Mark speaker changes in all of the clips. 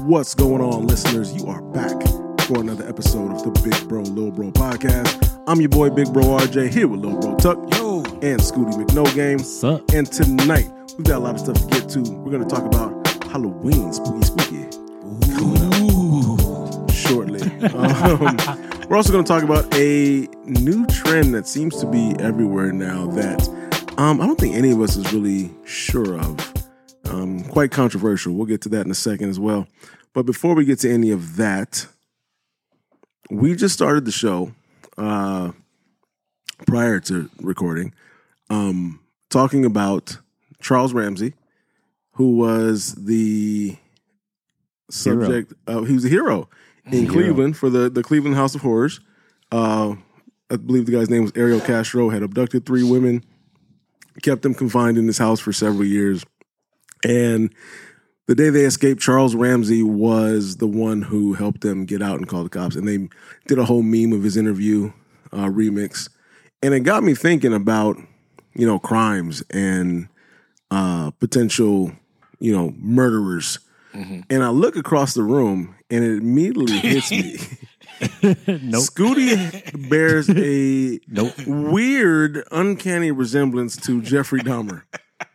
Speaker 1: What's going on, listeners? You are back for another episode of the Big Bro Lil Bro podcast. I'm your boy Big Bro RJ here with Lil Bro Tuck
Speaker 2: Yo.
Speaker 1: and Scooty McNo Game.
Speaker 3: What's up?
Speaker 1: And tonight we've got a lot of stuff to get to. We're gonna talk about Halloween, spooky spooky,
Speaker 2: Ooh.
Speaker 1: shortly. um, we're also gonna talk about a new trend that seems to be everywhere now that um, I don't think any of us is really sure of. Um, quite controversial. We'll get to that in a second as well. But before we get to any of that, we just started the show uh, prior to recording, um, talking about Charles Ramsey, who was the
Speaker 3: Hero.
Speaker 1: subject of he was a hero in
Speaker 3: Hero.
Speaker 1: Cleveland for the the Cleveland House of Horrors. Uh, I believe the guy's name was Ariel Castro. Had abducted three women, kept them confined in his house for several years, and the day they escaped, Charles Ramsey was the one who helped them get out and call the cops. And they did a whole meme of his interview uh, remix. And it got me thinking about, you know, crimes and uh, potential, you know, murderers. And I look across the room and it immediately hits me.
Speaker 3: Nope.
Speaker 1: Scooty bears a
Speaker 3: Nope.
Speaker 1: weird, uncanny resemblance to Jeffrey Dahmer.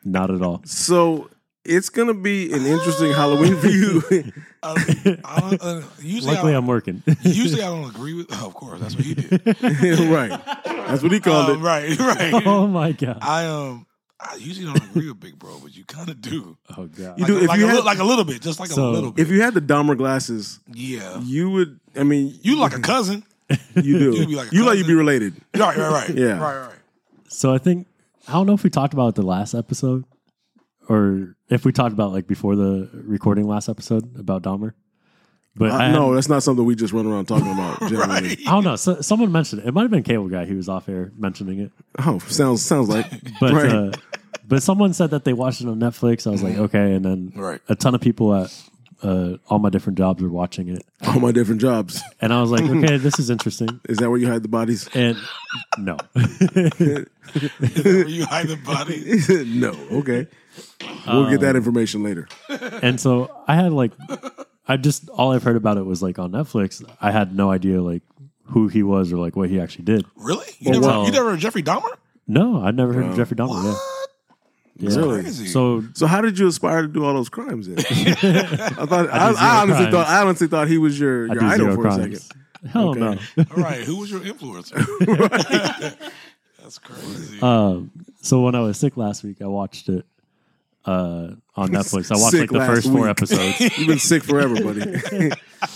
Speaker 3: Not at all.
Speaker 1: So it's going to be an interesting Halloween for you.
Speaker 2: Uh, I don't, uh, usually,
Speaker 3: Luckily,
Speaker 2: I,
Speaker 3: I'm working.
Speaker 2: usually I don't agree with. Oh, of course, that's what he did.
Speaker 1: right. That's what he called
Speaker 2: Um,
Speaker 1: it.
Speaker 2: right, right.
Speaker 3: oh my god.
Speaker 2: I um, I usually don't agree with Big Bro, but you kind of do.
Speaker 3: Oh god.
Speaker 1: You
Speaker 2: Like,
Speaker 1: do- if
Speaker 2: like,
Speaker 1: you
Speaker 2: a
Speaker 1: had-
Speaker 2: li- like a little bit, just like
Speaker 3: So-
Speaker 2: a little bit.
Speaker 1: If you had the Dahmer glasses,
Speaker 2: yeah,
Speaker 1: you would. I mean,
Speaker 2: you like a cousin.
Speaker 1: you do.
Speaker 2: you'd be like a
Speaker 1: you like you'd be
Speaker 2: cousin.
Speaker 1: related.
Speaker 2: Right, right, right.
Speaker 1: Yeah.
Speaker 2: right, right.
Speaker 3: So I think I don't know if we talked about it the last episode, or if we talked about like before the recording last episode about Dahmer. But
Speaker 1: Uh,
Speaker 3: I,
Speaker 1: no, that's not something we just run around talking about. Generally.
Speaker 2: Right.
Speaker 3: I don't know. So, someone mentioned it. It might have been Cable Guy who was off air mentioning it.
Speaker 1: Oh, sounds sounds like
Speaker 3: But
Speaker 1: right.
Speaker 3: uh, but someone said that they watched it on Netflix. I was like, okay. And then
Speaker 2: Right.
Speaker 3: a ton of people at uh, all my different jobs were watching it,
Speaker 1: all my different jobs.
Speaker 3: and I was like, okay, this is interesting.
Speaker 1: Is that where you hide the bodies?
Speaker 3: And no.
Speaker 2: Where you hide the body.
Speaker 1: no. Okay. We'll get
Speaker 3: Um,
Speaker 1: that information later.
Speaker 3: and so I had like, I just all I've heard about it was like on Netflix. I had no idea like who he was or like what he actually did.
Speaker 2: Really? You
Speaker 3: Well,
Speaker 2: never,
Speaker 3: well-
Speaker 2: you never heard of Jeffrey Dahmer?
Speaker 3: No, I'd never heard of Jeffrey Dahmer.
Speaker 2: Oh, What?
Speaker 3: Yeah. Yeah.
Speaker 1: Really?
Speaker 2: Crazy.
Speaker 3: So
Speaker 1: So how did you aspire to do all those crimes? Then? I thought I, I honestly
Speaker 3: crimes.
Speaker 1: thought I honestly thought he was your,
Speaker 3: I
Speaker 1: your
Speaker 3: do
Speaker 1: idol
Speaker 3: zero
Speaker 1: for a
Speaker 3: crimes.
Speaker 1: second.
Speaker 3: Hell
Speaker 1: Okay.
Speaker 3: no.
Speaker 2: All right. Who was your influencer?
Speaker 3: Uh,
Speaker 2: That's crazy.
Speaker 3: Um, so when I was sick last week, I watched it uh, on Netflix. I watched
Speaker 1: Sick
Speaker 3: like the
Speaker 1: last
Speaker 3: first four
Speaker 1: week.
Speaker 3: episodes.
Speaker 1: You've been sick forever, buddy.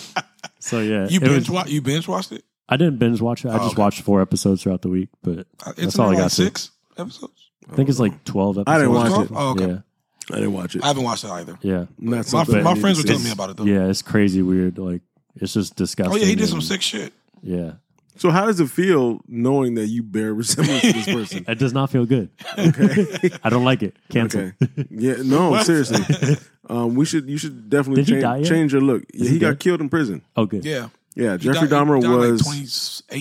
Speaker 3: So yeah,
Speaker 2: you
Speaker 3: it was-
Speaker 2: binge wa- You binge watched it?
Speaker 3: I didn't binge watch it. I just
Speaker 2: okay.
Speaker 3: watched four episodes throughout the week, but
Speaker 2: Uh, It's
Speaker 3: that's all I
Speaker 2: only
Speaker 3: got.
Speaker 2: like
Speaker 3: to.
Speaker 2: six episodes.
Speaker 3: I think it's like twelve episodes.
Speaker 1: I didn't watch it.
Speaker 2: Oh, okay.
Speaker 3: Yeah.
Speaker 1: I didn't watch it.
Speaker 2: I haven't watched it either.
Speaker 3: Yeah.
Speaker 1: Not
Speaker 2: My,
Speaker 1: something I
Speaker 2: my
Speaker 1: need
Speaker 2: friends
Speaker 1: to
Speaker 2: were telling
Speaker 1: see.
Speaker 2: me about it though.
Speaker 3: Yeah, it's crazy weird. Like it's just
Speaker 2: oh
Speaker 3: disgusting.
Speaker 2: yeah, he did some
Speaker 3: and-
Speaker 2: sick shit.
Speaker 3: Yeah,
Speaker 1: So how does it feel knowing that you bear resemblance to this person?
Speaker 3: it does not feel good. I don't like it. Cancel.
Speaker 1: Okay. Yeah. No. seriously. Um, we should. You should definitely
Speaker 3: Did he
Speaker 1: change,
Speaker 3: die yet?
Speaker 1: change your look. Yeah,
Speaker 3: he
Speaker 1: he got
Speaker 3: dead?
Speaker 1: killed in prison.
Speaker 3: Oh, good.
Speaker 2: Yeah,
Speaker 1: Yeah.
Speaker 2: He
Speaker 1: Jeffrey
Speaker 2: died- he
Speaker 1: Dahmer
Speaker 2: died
Speaker 1: was
Speaker 2: like twenty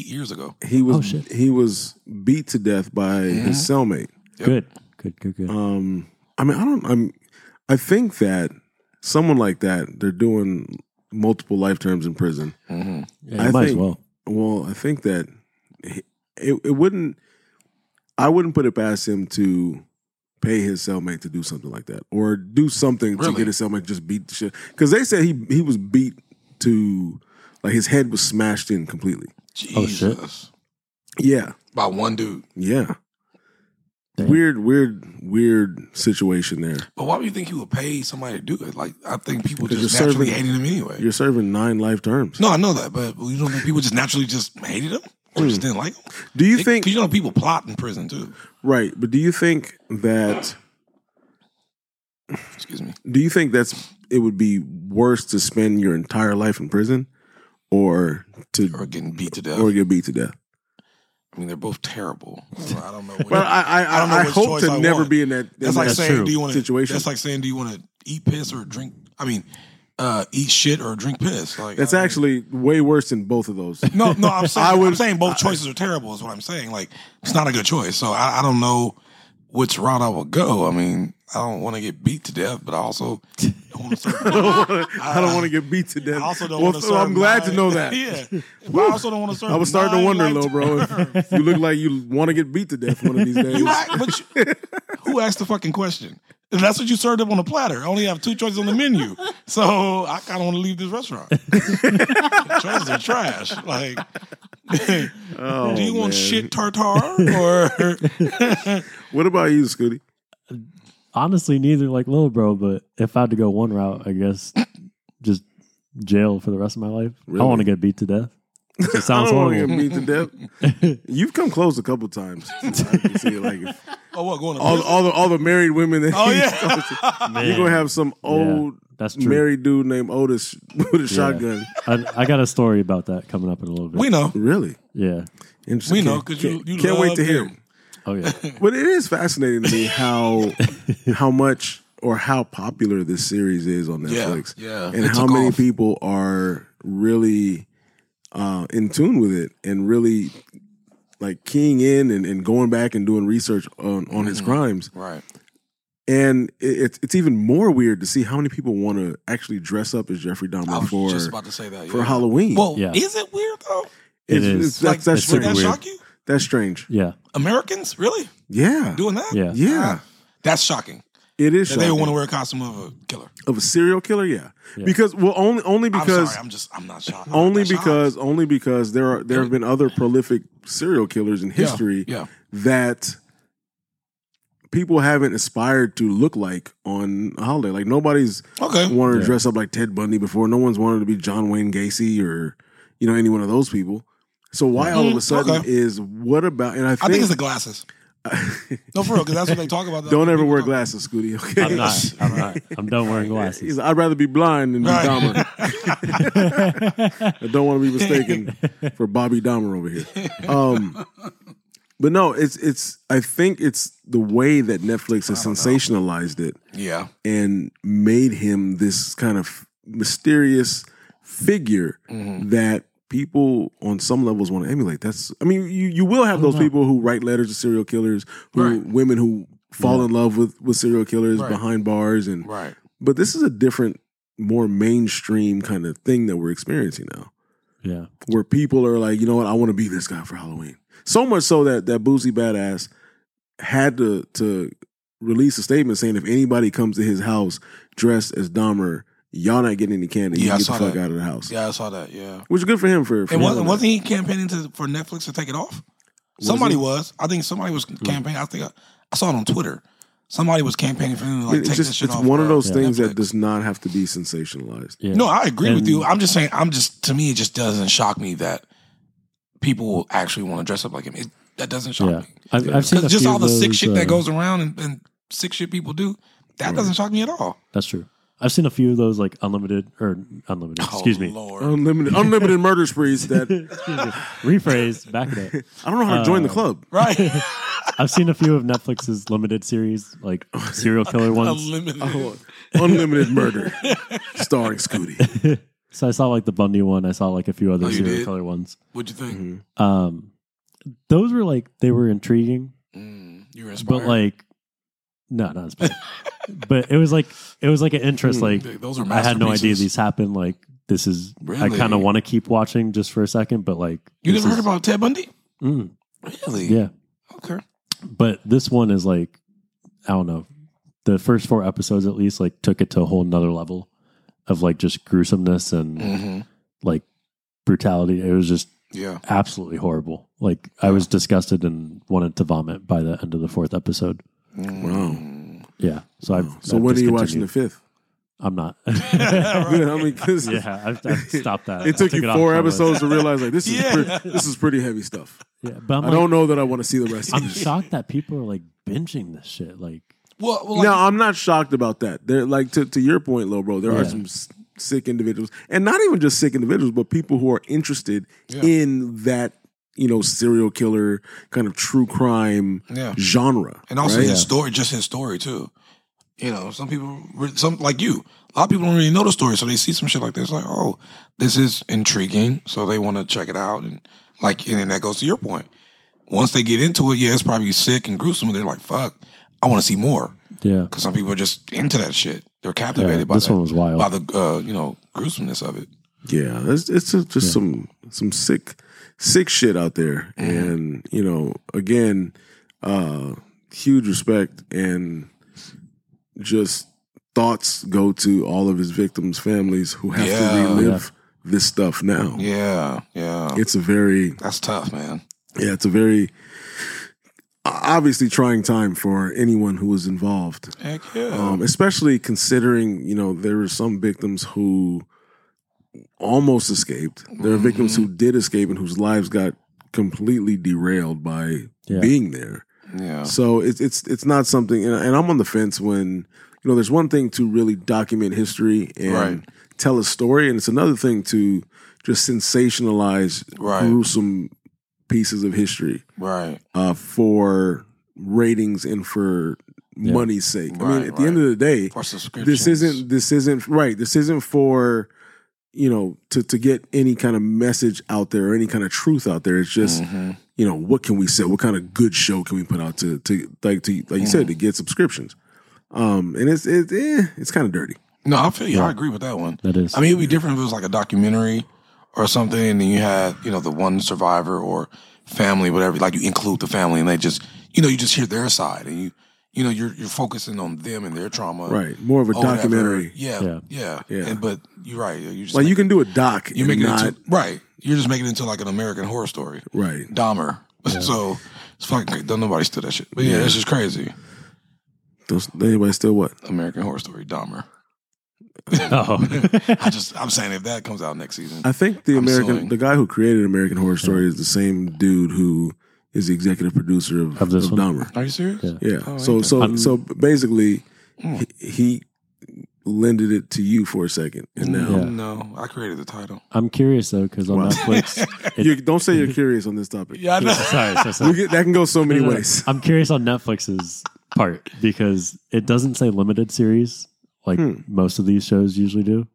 Speaker 2: eight years ago.
Speaker 1: he was
Speaker 3: Oh, shit.
Speaker 1: he was beat to death by his
Speaker 2: Mm-hmm.
Speaker 1: cellmate.
Speaker 3: Good. Good. Good.
Speaker 2: Uh,
Speaker 3: Good.
Speaker 1: Um, I mean, I don't. I'm. I think that someone like that, they're doing multiple life terms in prison.
Speaker 3: yeah,
Speaker 1: I
Speaker 3: you might as
Speaker 1: think-
Speaker 3: well.
Speaker 1: Well, I think that he- it, it wouldn't. I wouldn't put it past him to pay his cellmate to do something like that, or do something
Speaker 2: Really?
Speaker 1: to get his cellmate to just beat the shit. Because they said he he was beat to like his head was smashed in completely.
Speaker 3: shit.
Speaker 2: Jesus,
Speaker 1: Yeah,
Speaker 2: by one dude.
Speaker 1: yeah.
Speaker 3: Damn.
Speaker 1: Weird, weird, weird situation there.
Speaker 2: But why would you think he would pay somebody to do it? Like I think people
Speaker 1: Because
Speaker 2: just
Speaker 1: you're
Speaker 2: naturally
Speaker 1: serving-
Speaker 2: hated him anyway.
Speaker 1: You're serving nine life terms.
Speaker 2: No, I know that, but you don't think people just naturally just hated him or just didn't like him?
Speaker 1: Do Hmm. you
Speaker 2: They-
Speaker 1: think
Speaker 2: 'cause you know people plot in prison too?
Speaker 1: right? But do you think that
Speaker 2: Excuse me.
Speaker 1: do you think that's it would be worse to spend your entire life in prison or to
Speaker 2: Or getting beat to death.
Speaker 1: or get beat to death?
Speaker 2: I mean, they're both terrible. So I don't know. What,
Speaker 1: Well, I I, I,
Speaker 2: don't know
Speaker 1: I
Speaker 2: which
Speaker 1: hope
Speaker 2: choice
Speaker 1: to
Speaker 2: I
Speaker 1: never
Speaker 2: want.
Speaker 1: be in that. in
Speaker 2: that's like
Speaker 1: that
Speaker 2: saying, do you want
Speaker 1: situation.
Speaker 2: That's like saying, do you want to eat piss or drink? I mean, uh, eat shit or drink piss. Like
Speaker 1: that's
Speaker 2: I mean-
Speaker 1: actually way worse than both of those.
Speaker 2: No, no, I'm saying,
Speaker 1: I
Speaker 2: I
Speaker 1: would-
Speaker 2: am saying both choices are terrible. Is what I'm saying. Like it's not a good choice. So I, I don't know which route I would go. I mean, I don't want to get beat to death, but I also don't want to serve.
Speaker 1: I don't wanna- I don't want to get beat to
Speaker 2: I
Speaker 1: death.
Speaker 2: also don't
Speaker 1: Well,
Speaker 2: want to
Speaker 1: so
Speaker 2: serve.
Speaker 1: I'm glad to
Speaker 2: nine-
Speaker 1: know that.
Speaker 2: yeah, but I also don't want to serve.
Speaker 1: I was starting to
Speaker 2: nine
Speaker 1: wonder, little bro,
Speaker 2: life terms.
Speaker 1: if you look like you want to get beat to death one of these days.
Speaker 2: You act, but you, who asked the fucking question? That's what you served up on a platter. I only have two choices on the menu, so I kind of want to leave this restaurant. the choices are trash. Like,
Speaker 1: Oh,
Speaker 2: do you
Speaker 1: man.
Speaker 2: want shit tartar or?
Speaker 1: What about you, Scooty?
Speaker 3: Honestly, neither like little bro, but if I had to go one route, I guess just jail for the rest of my life. I
Speaker 1: Really?
Speaker 3: want to get beat to death. It sounds
Speaker 1: I don't wanna
Speaker 3: horrible.
Speaker 1: get beat to death. You've come close a couple times. I can see it, like if-
Speaker 2: Oh, what going to
Speaker 1: all,
Speaker 2: prison?
Speaker 1: all the all the married women. That
Speaker 2: Oh
Speaker 1: he's
Speaker 2: yeah.
Speaker 1: talking to. you're gonna have some old
Speaker 3: That's true.
Speaker 1: married dude named Otis with a shotgun.
Speaker 3: I, I got a story about that coming up in a little bit.
Speaker 2: We know.
Speaker 1: Really
Speaker 3: yeah.
Speaker 1: interesting.
Speaker 2: We know,
Speaker 1: Can't-
Speaker 2: 'cause you-
Speaker 1: can't-
Speaker 2: you
Speaker 1: can't wait
Speaker 2: love
Speaker 1: to hear.
Speaker 2: him.
Speaker 1: it.
Speaker 3: Oh yeah.
Speaker 1: But it is fascinating to me how how much or how popular this series is on
Speaker 2: Yeah,
Speaker 1: Netflix.
Speaker 2: yeah.
Speaker 1: And
Speaker 2: It
Speaker 1: how
Speaker 2: took
Speaker 1: many
Speaker 2: off.
Speaker 1: people are really uh, in tune with it and really like keying in and, and going back and doing research on, on his
Speaker 2: Mm-hmm.
Speaker 1: crimes.
Speaker 2: Right.
Speaker 1: And it, it's it's even more weird to see how many people want to actually dress up as Jeffrey
Speaker 2: I
Speaker 1: Dahmer
Speaker 2: was
Speaker 1: for
Speaker 2: just about to say that.
Speaker 1: for
Speaker 2: yeah.
Speaker 1: Halloween.
Speaker 2: Well,
Speaker 3: Yeah.
Speaker 2: is it weird though?
Speaker 1: it's,
Speaker 3: it is.
Speaker 1: it's- that's, that's
Speaker 3: it's super
Speaker 1: strange.
Speaker 2: would that
Speaker 3: weird.
Speaker 2: shock you?
Speaker 1: That's strange.
Speaker 3: Yeah.
Speaker 2: Americans really
Speaker 1: Yeah.
Speaker 2: doing that?
Speaker 3: Yeah.
Speaker 1: Yeah.
Speaker 2: That's shocking.
Speaker 1: It is
Speaker 2: That they
Speaker 1: shocking.
Speaker 2: would want to wear a costume of a killer.
Speaker 1: of a serial killer. Yeah,
Speaker 3: Yeah.
Speaker 1: because well, only only
Speaker 2: I'm
Speaker 1: because
Speaker 2: sorry. I'm just. I'm not shocked. I'm not
Speaker 1: only
Speaker 2: shocked.
Speaker 1: because only because there are there have been other prolific serial killers in
Speaker 2: Yeah,
Speaker 1: history
Speaker 2: Yeah.
Speaker 1: that people haven't aspired to look like on a holiday. Like nobody's
Speaker 2: Okay.
Speaker 1: wanted to
Speaker 3: Yeah.
Speaker 1: dress up like Ted Bundy before. No one's wanted to be John Wayne Gacy or you know any one of those people. So why all of a
Speaker 2: Mm,
Speaker 1: sudden
Speaker 2: okay.
Speaker 1: is what about? And I
Speaker 2: I
Speaker 1: think,
Speaker 2: think it's the glasses. No, for real, because that's what they talk about. That's
Speaker 1: don't
Speaker 2: what
Speaker 1: ever
Speaker 2: people
Speaker 1: wear
Speaker 2: talk-
Speaker 1: glasses, Scooty. Okay,
Speaker 3: I'm not. I'm not. I'm done wearing
Speaker 1: He's
Speaker 3: glasses.
Speaker 1: like, I'd rather be blind than be
Speaker 2: Right.
Speaker 1: Dahmer. I don't want to be mistaken for Bobby Dahmer over here. Um, but no, it's it's. I think it's the way that Netflix has sensationalized it
Speaker 2: Yeah.
Speaker 1: and made him this kind of mysterious figure
Speaker 2: Mm-hmm.
Speaker 1: that people on some levels want to emulate. That's. I mean, you you will have those people who write letters to serial killers, who
Speaker 2: Right.
Speaker 1: women who fall in love with with serial killers
Speaker 2: Right.
Speaker 1: behind bars and
Speaker 2: Right.
Speaker 1: but this is a different, more mainstream kind of thing that we're experiencing now,
Speaker 3: Yeah.
Speaker 1: where people are like, you know what, I want to be this guy for Halloween. So much so that that boozy badass had to to release a statement saying if anybody comes to his house dressed as Dahmer, y'all not getting any candy.
Speaker 2: Yeah, I
Speaker 1: you get the
Speaker 2: saw
Speaker 1: fuck
Speaker 2: that.
Speaker 1: out of the house.
Speaker 2: Yeah. I saw that. Yeah.
Speaker 1: Which is good for him for. for
Speaker 2: And wasn't,
Speaker 1: handling that.
Speaker 2: wasn't he campaigning to, for Netflix to take it off?
Speaker 1: Was
Speaker 2: somebody
Speaker 1: he? Hmm.
Speaker 2: was. I think somebody was campaigning. I think I, I saw it on Twitter. Somebody was campaigning for them to like
Speaker 1: It's
Speaker 2: take
Speaker 1: just-
Speaker 2: this shit
Speaker 1: it's
Speaker 2: off.
Speaker 1: one of
Speaker 2: uh,
Speaker 1: those things
Speaker 2: Netflix.
Speaker 1: that does not have to be sensationalized.
Speaker 3: Yeah.
Speaker 2: No, I agree with
Speaker 3: And-
Speaker 2: you. I'm just saying. I'm just to me, it just doesn't shock me that people will actually want to dress up like him. It, that doesn't shock
Speaker 3: Yeah.
Speaker 2: me.
Speaker 3: I've, I've seen a
Speaker 2: Because just
Speaker 3: few
Speaker 2: all the
Speaker 3: of
Speaker 2: sick
Speaker 3: those,
Speaker 2: shit that
Speaker 3: uh,
Speaker 2: goes around and, and sick shit people do, that doesn't shock me at all.
Speaker 3: That's true. I've seen a few of those like unlimited or unlimited. excuse me.
Speaker 2: Oh, Lord.
Speaker 1: Unlimited, unlimited murder sprees. That
Speaker 3: Excuse me. Rephrase. Back it up.
Speaker 1: I don't know how to
Speaker 3: Uh.
Speaker 1: join the club.
Speaker 2: Right.
Speaker 3: I've seen a few of Netflix's limited series, like serial killer ones.
Speaker 2: Unlimited.
Speaker 1: Unlimited murder, starring Scooty.
Speaker 3: So I saw like the Bundy one. I saw like a few other
Speaker 2: Oh, you
Speaker 3: serial
Speaker 2: did?
Speaker 3: killer ones.
Speaker 2: What'd you think?
Speaker 3: Um, those were like they were intriguing,
Speaker 2: Mm, you were
Speaker 3: Mm-hmm. but
Speaker 2: inspired.
Speaker 3: like no, not as bad. but it was like it was like an interest. Like
Speaker 2: Th- those are
Speaker 3: I had no idea
Speaker 2: masterpieces.
Speaker 3: these happened. Like this is I
Speaker 2: Really?
Speaker 3: kind of want to keep watching just for a second, but like
Speaker 2: You
Speaker 3: this
Speaker 2: never heard
Speaker 3: is-
Speaker 2: about Ted Bundy?
Speaker 3: Mm,
Speaker 2: Really?
Speaker 3: yeah.
Speaker 2: Okay.
Speaker 3: but this one is like i don't know the first four episodes at least like took it to a whole nother level of like just gruesomeness and
Speaker 2: Mm-hmm.
Speaker 3: like brutality it was just
Speaker 2: Yeah.
Speaker 3: absolutely horrible like i was disgusted and wanted to vomit by the end of the fourth episode
Speaker 2: Wow.
Speaker 3: yeah so i've
Speaker 1: so
Speaker 3: I've
Speaker 1: when are you watching
Speaker 3: discontinued.
Speaker 1: the fifth?
Speaker 3: i'm not
Speaker 1: Good, I mean, 'cause
Speaker 3: yeah I've, I've stopped that
Speaker 1: it
Speaker 3: I
Speaker 1: took you
Speaker 3: off
Speaker 1: four
Speaker 3: my list.
Speaker 1: episodes to realize like this is
Speaker 2: Yeah.
Speaker 1: pretty, this is pretty heavy stuff.
Speaker 3: yeah, but i'm,
Speaker 1: I
Speaker 3: like,
Speaker 1: don't know that I want to see the rest. of
Speaker 3: I'm
Speaker 1: this.
Speaker 3: shocked that people are like binging this shit like
Speaker 2: Well, well like,
Speaker 1: No, I'm not shocked about that. There, like to, to your point, low bro, there are
Speaker 3: Yeah.
Speaker 1: some s- sick individuals, and not even just sick individuals, but people who are interested
Speaker 2: Yeah.
Speaker 1: in that you know serial killer kind of true crime
Speaker 2: Yeah.
Speaker 1: genre.
Speaker 2: and also
Speaker 1: right?
Speaker 2: his story, just his story too. You know, some people, re- some like you, a lot of people don't really know the story, so they see some shit like this, like, oh, this is intriguing, so they want to check it out, and like, and then that goes to your point. Once they get into it, yeah, it's probably sick and gruesome. And they're like, fuck, I want to see more.
Speaker 3: Yeah.
Speaker 2: Because some people are just into that shit. They're captivated
Speaker 3: yeah
Speaker 2: by
Speaker 3: this
Speaker 2: that,
Speaker 3: one was wild.
Speaker 2: by the uh, you know gruesomeness of it.
Speaker 1: Yeah, it's, it's just, just
Speaker 3: Yeah.
Speaker 1: some some sick sick shit out there,
Speaker 2: Uh-huh.
Speaker 1: and you know, again, uh huge respect and just thoughts go to all of his victims' families who have
Speaker 2: Yeah.
Speaker 1: to relive this stuff now.
Speaker 2: Yeah, yeah,
Speaker 1: It's a very
Speaker 2: that's tough, man.
Speaker 1: yeah, it's a very obviously trying time for anyone who was involved
Speaker 2: Heck yeah.
Speaker 1: um, especially considering you know there were some victims who almost escaped. There are victims
Speaker 2: Mm-hmm.
Speaker 1: who did escape and whose lives got completely derailed by
Speaker 3: Yeah.
Speaker 1: being there.
Speaker 2: yeah,
Speaker 1: So it's it's it's not something, and, and I'm on the fence when you know there's one thing to really document history and
Speaker 2: Right.
Speaker 1: tell a story, and it's another thing to just sensationalize
Speaker 2: Right.
Speaker 1: gruesome pieces of history
Speaker 2: right.
Speaker 1: uh, for ratings and for
Speaker 3: Yeah.
Speaker 1: money's sake. I mean,
Speaker 2: Right,
Speaker 1: at the end
Speaker 2: right.
Speaker 1: of the day,
Speaker 2: For subscriptions.
Speaker 1: this isn't this isn't right. This isn't for you know to to get any kind of message out there or any kind of truth out there. It's just
Speaker 2: Mhm.
Speaker 1: you know what can we say? What kind of good show can we put out to to like to like you said
Speaker 2: Mm-hmm.
Speaker 1: to get subscriptions? Um, and it's it's eh, it's kind of dirty.
Speaker 2: No, I feel you. I agree with that one.
Speaker 3: That is.
Speaker 2: I mean, it'd be different if it was like a documentary or something, and then you had you know the one survivor or family, whatever. Like you include the family, and they just you know you just hear their side, and you you know you're you're focusing on them and their trauma,
Speaker 1: Right, more of a
Speaker 2: or whatever.
Speaker 1: documentary.
Speaker 2: Yeah,
Speaker 3: Yeah.
Speaker 2: yeah, yeah.
Speaker 1: Yeah.
Speaker 2: And, but you're right. You just
Speaker 1: Like you
Speaker 2: make-
Speaker 1: can do a doc.
Speaker 2: you
Speaker 1: and
Speaker 2: make it
Speaker 1: not,
Speaker 2: into right. You're just making it into like an American horror story.
Speaker 1: right.
Speaker 2: Dahmer. so it's fucking crazy. Don't nobody still that shit. But yeah, it's just crazy.
Speaker 1: Does anybody still what?
Speaker 2: American horror story, Dahmer.
Speaker 3: oh.
Speaker 2: I just I'm saying if that comes out next season.
Speaker 1: I think the
Speaker 2: I'm
Speaker 1: American,
Speaker 2: suing.
Speaker 1: the guy who created American Horror Story is the same dude who is the executive producer of,
Speaker 3: Of this
Speaker 1: of
Speaker 3: one?
Speaker 1: Dahmer.
Speaker 2: Are you serious?
Speaker 3: Yeah.
Speaker 1: Yeah.
Speaker 2: Oh,
Speaker 1: so
Speaker 2: okay.
Speaker 1: so
Speaker 3: I'm-
Speaker 1: so basically,
Speaker 2: Hmm.
Speaker 1: he, he lended it to you for a second, and now
Speaker 3: Yeah.
Speaker 2: No, I created the title.
Speaker 3: I'm curious though, because on
Speaker 1: Wow.
Speaker 3: Netflix. it-
Speaker 1: you don't say you're curious on this topic.
Speaker 2: Yeah, I know.
Speaker 3: sorry, so sorry.
Speaker 1: We get- that can go so many
Speaker 3: No, no, no.
Speaker 1: ways.
Speaker 3: I'm curious on Netflix's part because it doesn't say limited series like
Speaker 1: Hmm.
Speaker 3: most of these shows usually do.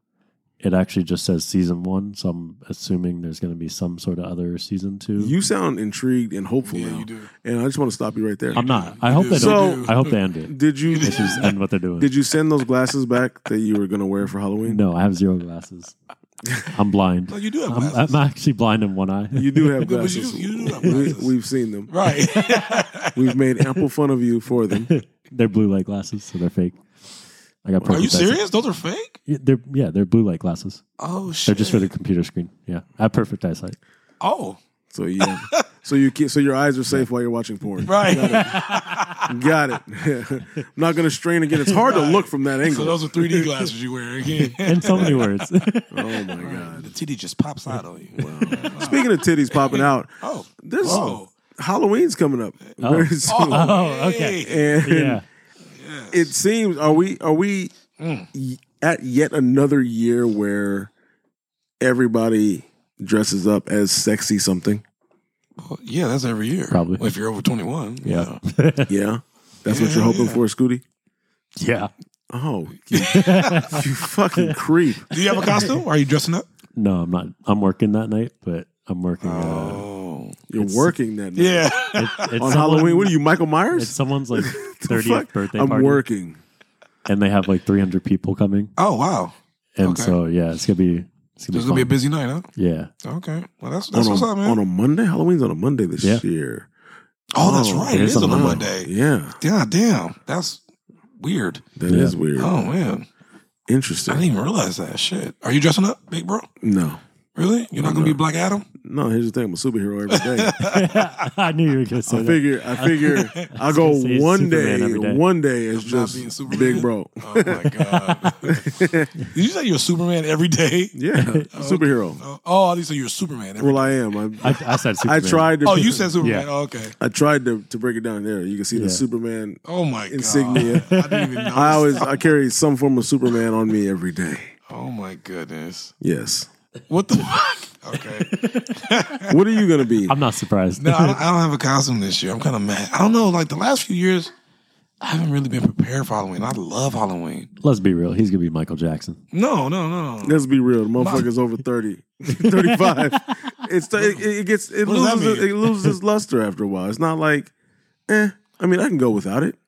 Speaker 3: It actually just says season one, so I'm assuming there's going to be some sort of other season two.
Speaker 1: You sound intrigued and hopeful
Speaker 2: Yeah,
Speaker 1: now,
Speaker 2: you do.
Speaker 1: and I just want to stop you right there.
Speaker 3: I'm not.
Speaker 2: do.
Speaker 3: I
Speaker 2: You
Speaker 3: hope
Speaker 2: do.
Speaker 3: they
Speaker 1: So-
Speaker 3: don't. I hope they end it.
Speaker 1: did you
Speaker 2: You
Speaker 3: They just end what they're doing.
Speaker 1: did you send those glasses back that you were going to wear for Halloween?
Speaker 3: No, I have zero glasses. I'm blind.
Speaker 2: No, you do have
Speaker 3: I'm,
Speaker 2: glasses.
Speaker 3: I'm actually blind in one eye.
Speaker 1: You do have
Speaker 2: But you do-
Speaker 1: glasses.
Speaker 2: you do have glasses.
Speaker 1: We, we've seen them.
Speaker 2: right.
Speaker 1: We've made ample fun of you for them.
Speaker 3: they're blue light glasses, so they're fake. I got.
Speaker 2: Are you
Speaker 3: perfect eyesight.
Speaker 2: serious? Those are fake?
Speaker 3: Yeah, They're yeah, they're blue light glasses.
Speaker 2: Oh
Speaker 3: They're
Speaker 2: shit.
Speaker 3: just for the computer screen. Yeah, I have perfect eyesight.
Speaker 2: Oh.
Speaker 1: So yeah. so you keep, so your eyes are safe while you're watching porn.
Speaker 2: Right.
Speaker 1: Got it. I'm not going to strain again. It's hard to look from that
Speaker 2: so
Speaker 1: angle.
Speaker 2: those are 3D glasses you wear again.
Speaker 3: In so many words.
Speaker 1: oh my god.
Speaker 2: the titty just pops out on you.
Speaker 1: Speaking of titties popping out,
Speaker 2: Oh.
Speaker 1: this
Speaker 2: Whoa.
Speaker 1: Halloween's coming up very soon,
Speaker 3: Oh, okay.
Speaker 2: hey.
Speaker 1: and
Speaker 3: yeah.
Speaker 1: it seems are we are we
Speaker 2: Mm.
Speaker 1: y- at yet another year where everybody dresses up as sexy something?
Speaker 2: Well, Oh, yeah, that's every year.
Speaker 3: Probably.
Speaker 2: If you're over 21.
Speaker 3: Yeah.
Speaker 2: yeah.
Speaker 1: Yeah, that's what you're hoping for, Scooty.
Speaker 3: Yeah.
Speaker 1: Oh, you, you fucking creep!
Speaker 2: Do you have a costume? Are you dressing up?
Speaker 3: No, I'm not. I'm working that night, but I'm working. Uh,
Speaker 2: Oh.
Speaker 1: You're
Speaker 3: It's-
Speaker 1: working that night.
Speaker 2: Yeah.
Speaker 3: it- it's
Speaker 1: on
Speaker 3: someone-
Speaker 1: Halloween. What are you, Michael
Speaker 3: It's
Speaker 1: Myers?
Speaker 3: someone's like
Speaker 1: The
Speaker 3: 30th
Speaker 1: fuck?
Speaker 3: birthday
Speaker 1: I'm
Speaker 3: party,
Speaker 1: working.
Speaker 3: and they have like 300 people coming,
Speaker 2: Oh wow.
Speaker 3: and
Speaker 2: Okay.
Speaker 3: so yeah, it's gonna be it's gonna
Speaker 2: This is
Speaker 3: be,
Speaker 2: gonna be a
Speaker 3: fun.
Speaker 2: busy night, huh?
Speaker 3: yeah.
Speaker 2: Okay. Well, that's that's
Speaker 1: On
Speaker 2: what's
Speaker 1: a,
Speaker 2: up, man.
Speaker 1: on a Monday, Halloween's on a Monday this
Speaker 3: Yeah.
Speaker 1: year.
Speaker 2: oh, that's
Speaker 1: oh,
Speaker 2: right. It
Speaker 3: it
Speaker 2: is on a
Speaker 3: Monday.
Speaker 2: Monday.
Speaker 1: Yeah,
Speaker 2: God damn. That's weird.
Speaker 1: that is
Speaker 3: Yeah.
Speaker 1: weird.
Speaker 2: Oh man, I
Speaker 1: Interesting.
Speaker 2: didn't even realize that. Shit. Are you dressing up, big bro?
Speaker 1: no,
Speaker 2: Really? You're not gonna be Black Adam?
Speaker 1: no. Here's the thing: I'm a superhero every day.
Speaker 3: I knew you were gonna say
Speaker 1: I
Speaker 3: that.
Speaker 1: figure, I figure, I go
Speaker 3: gonna say
Speaker 1: one
Speaker 3: Superman
Speaker 1: day,
Speaker 3: every day.
Speaker 1: one day as
Speaker 2: not being
Speaker 1: just
Speaker 2: Superman.
Speaker 1: big bro.
Speaker 2: Oh my god. Did you say you're Superman every day?
Speaker 1: Yeah, superhero.
Speaker 2: Oh, oh, at least you're Superman. Every
Speaker 1: Well, I am. I,
Speaker 3: I, I said
Speaker 1: I
Speaker 3: Superman.
Speaker 1: tried to.
Speaker 2: oh, you said Superman.
Speaker 3: Yeah.
Speaker 2: Oh, okay.
Speaker 1: I tried to, to break it down there. You can see the
Speaker 3: Yeah.
Speaker 1: Superman
Speaker 2: Oh my god.
Speaker 1: Insignia.
Speaker 2: I didn't even know.
Speaker 1: I always I carry some form of Superman on me every day.
Speaker 2: oh my goodness.
Speaker 1: Yes.
Speaker 2: What the fuck? Okay.
Speaker 1: What are you gonna be?
Speaker 3: I'm not surprised.
Speaker 2: No, I don't, I don't have a costume this year. I'm kind of mad. I don't know. Like the last few years, I haven't really been prepared for Halloween. I love Halloween.
Speaker 3: Let's be real. He's gonna be Michael Jackson.
Speaker 2: No, no, no.
Speaker 1: Let's be real. The motherfucker's over 30, 35. it's it, it gets it
Speaker 2: What does that
Speaker 1: loses
Speaker 2: mean?
Speaker 1: it loses its luster after a while. It's not like, eh. I mean, I can go without it.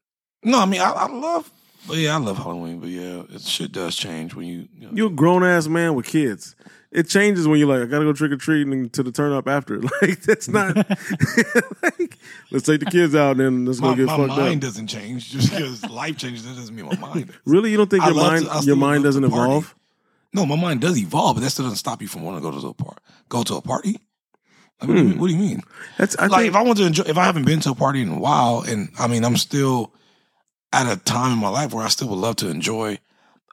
Speaker 2: No, I mean I, I love, but yeah, I love Halloween. But yeah, it shit does change when you. you know,
Speaker 1: You're a grown ass man with kids. It changes when you're like, I gotta go trick or treating to the turn up after. Like that's not like let's take the kids out and let's
Speaker 2: my
Speaker 1: go get
Speaker 2: my
Speaker 1: fucked
Speaker 2: mind
Speaker 1: up.
Speaker 2: doesn't change just because life changes. That doesn't mean my mind. does.
Speaker 1: Really, you don't think
Speaker 2: I
Speaker 1: your
Speaker 2: love
Speaker 1: mind
Speaker 2: to- I
Speaker 1: your
Speaker 2: still
Speaker 1: mind
Speaker 2: love to
Speaker 1: doesn't
Speaker 2: party.
Speaker 1: evolve?
Speaker 2: No, my mind does evolve, but that still doesn't stop you from wanting to go to a party. Go to a party. I mean, what do you mean?
Speaker 1: That's Hmm. I
Speaker 2: like
Speaker 1: think
Speaker 2: if I want to enjoy, if I haven't been to a party in a while, and I mean I'm still at a time in my life where I still would love to enjoy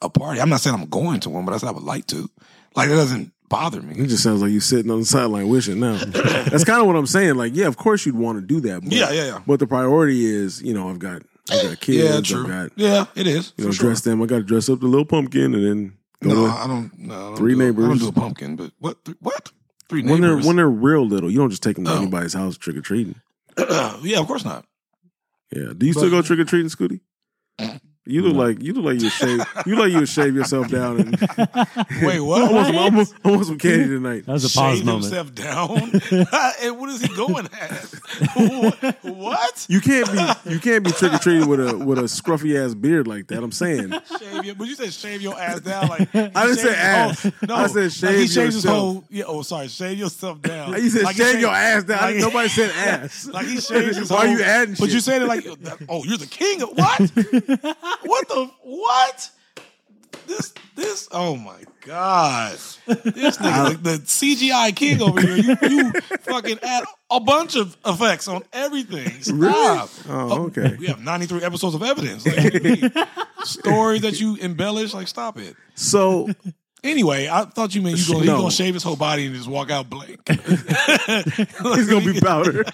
Speaker 2: a party. I'm not saying I'm going to one, but I said I would like to. Like that doesn't bother
Speaker 1: It
Speaker 2: me.
Speaker 1: just sounds like you sitting on the sideline wishing now. That's kind of what I'm saying. Like, yeah, of course you'd want to do that. But,
Speaker 2: Yeah, yeah, yeah.
Speaker 1: But the priority is, you know, I've got I've got kids,
Speaker 2: Yeah,
Speaker 1: I've
Speaker 2: true.
Speaker 1: got
Speaker 2: Yeah, it is.
Speaker 1: you
Speaker 2: for
Speaker 1: know,
Speaker 2: sure.
Speaker 1: dress them. I got to dress up the little pumpkin and then go
Speaker 2: No,
Speaker 1: to-
Speaker 2: I don't. No, I don't
Speaker 1: Three
Speaker 2: do a- I
Speaker 1: neighbors.
Speaker 2: don't do a pumpkin, but what? Th- what? Three
Speaker 1: when they're
Speaker 2: neighbors.
Speaker 1: when they're real little. You don't just take them to
Speaker 2: Oh.
Speaker 1: anybody's house trick or treating.
Speaker 2: yeah, of course not.
Speaker 1: Yeah. Do you still
Speaker 2: But-
Speaker 1: go trick or treating, Scooty? You look like you look like you shave you look like you would shave yourself down and
Speaker 2: Wait,
Speaker 1: I
Speaker 2: what?
Speaker 1: want, some, I, want, I want some candy tonight.
Speaker 3: That was a pause
Speaker 2: Shave
Speaker 3: moment.
Speaker 2: himself down? and what is he going at? what?
Speaker 1: You can't be you can't be trick or treating with a with a scruffy ass beard like that. I'm saying.
Speaker 2: Shave your, but you said shave your ass down. Like
Speaker 1: I didn't
Speaker 2: shave
Speaker 1: say
Speaker 2: his
Speaker 1: ass.
Speaker 2: whole- no,
Speaker 1: I said
Speaker 2: like he
Speaker 1: shave
Speaker 2: shaved his
Speaker 1: yourself.
Speaker 2: whole. Yeah, oh, sorry, shave yourself down.
Speaker 1: You said
Speaker 2: Like he
Speaker 1: shave
Speaker 2: shaved-
Speaker 1: your ass down.
Speaker 2: like-
Speaker 1: Nobody said ass.
Speaker 2: Like he shaved his
Speaker 1: Why
Speaker 2: whole.
Speaker 1: you adding
Speaker 2: But
Speaker 1: shit?
Speaker 2: you said it like, oh, you're the king of what? what the what? This this oh my god! This nigga, like the CGI king over here. You, you fucking add a bunch of effects on everything. Stop.
Speaker 1: Really? Oh, okay.
Speaker 2: We have 93 episodes of evidence. Like, what do you mean? Stories that you embellish. Like, stop it.
Speaker 1: So
Speaker 2: Anyway, I thought you meant you gonna,
Speaker 1: No.
Speaker 2: he gonna shave his whole body and just walk out blank.
Speaker 1: he's gonna be powder.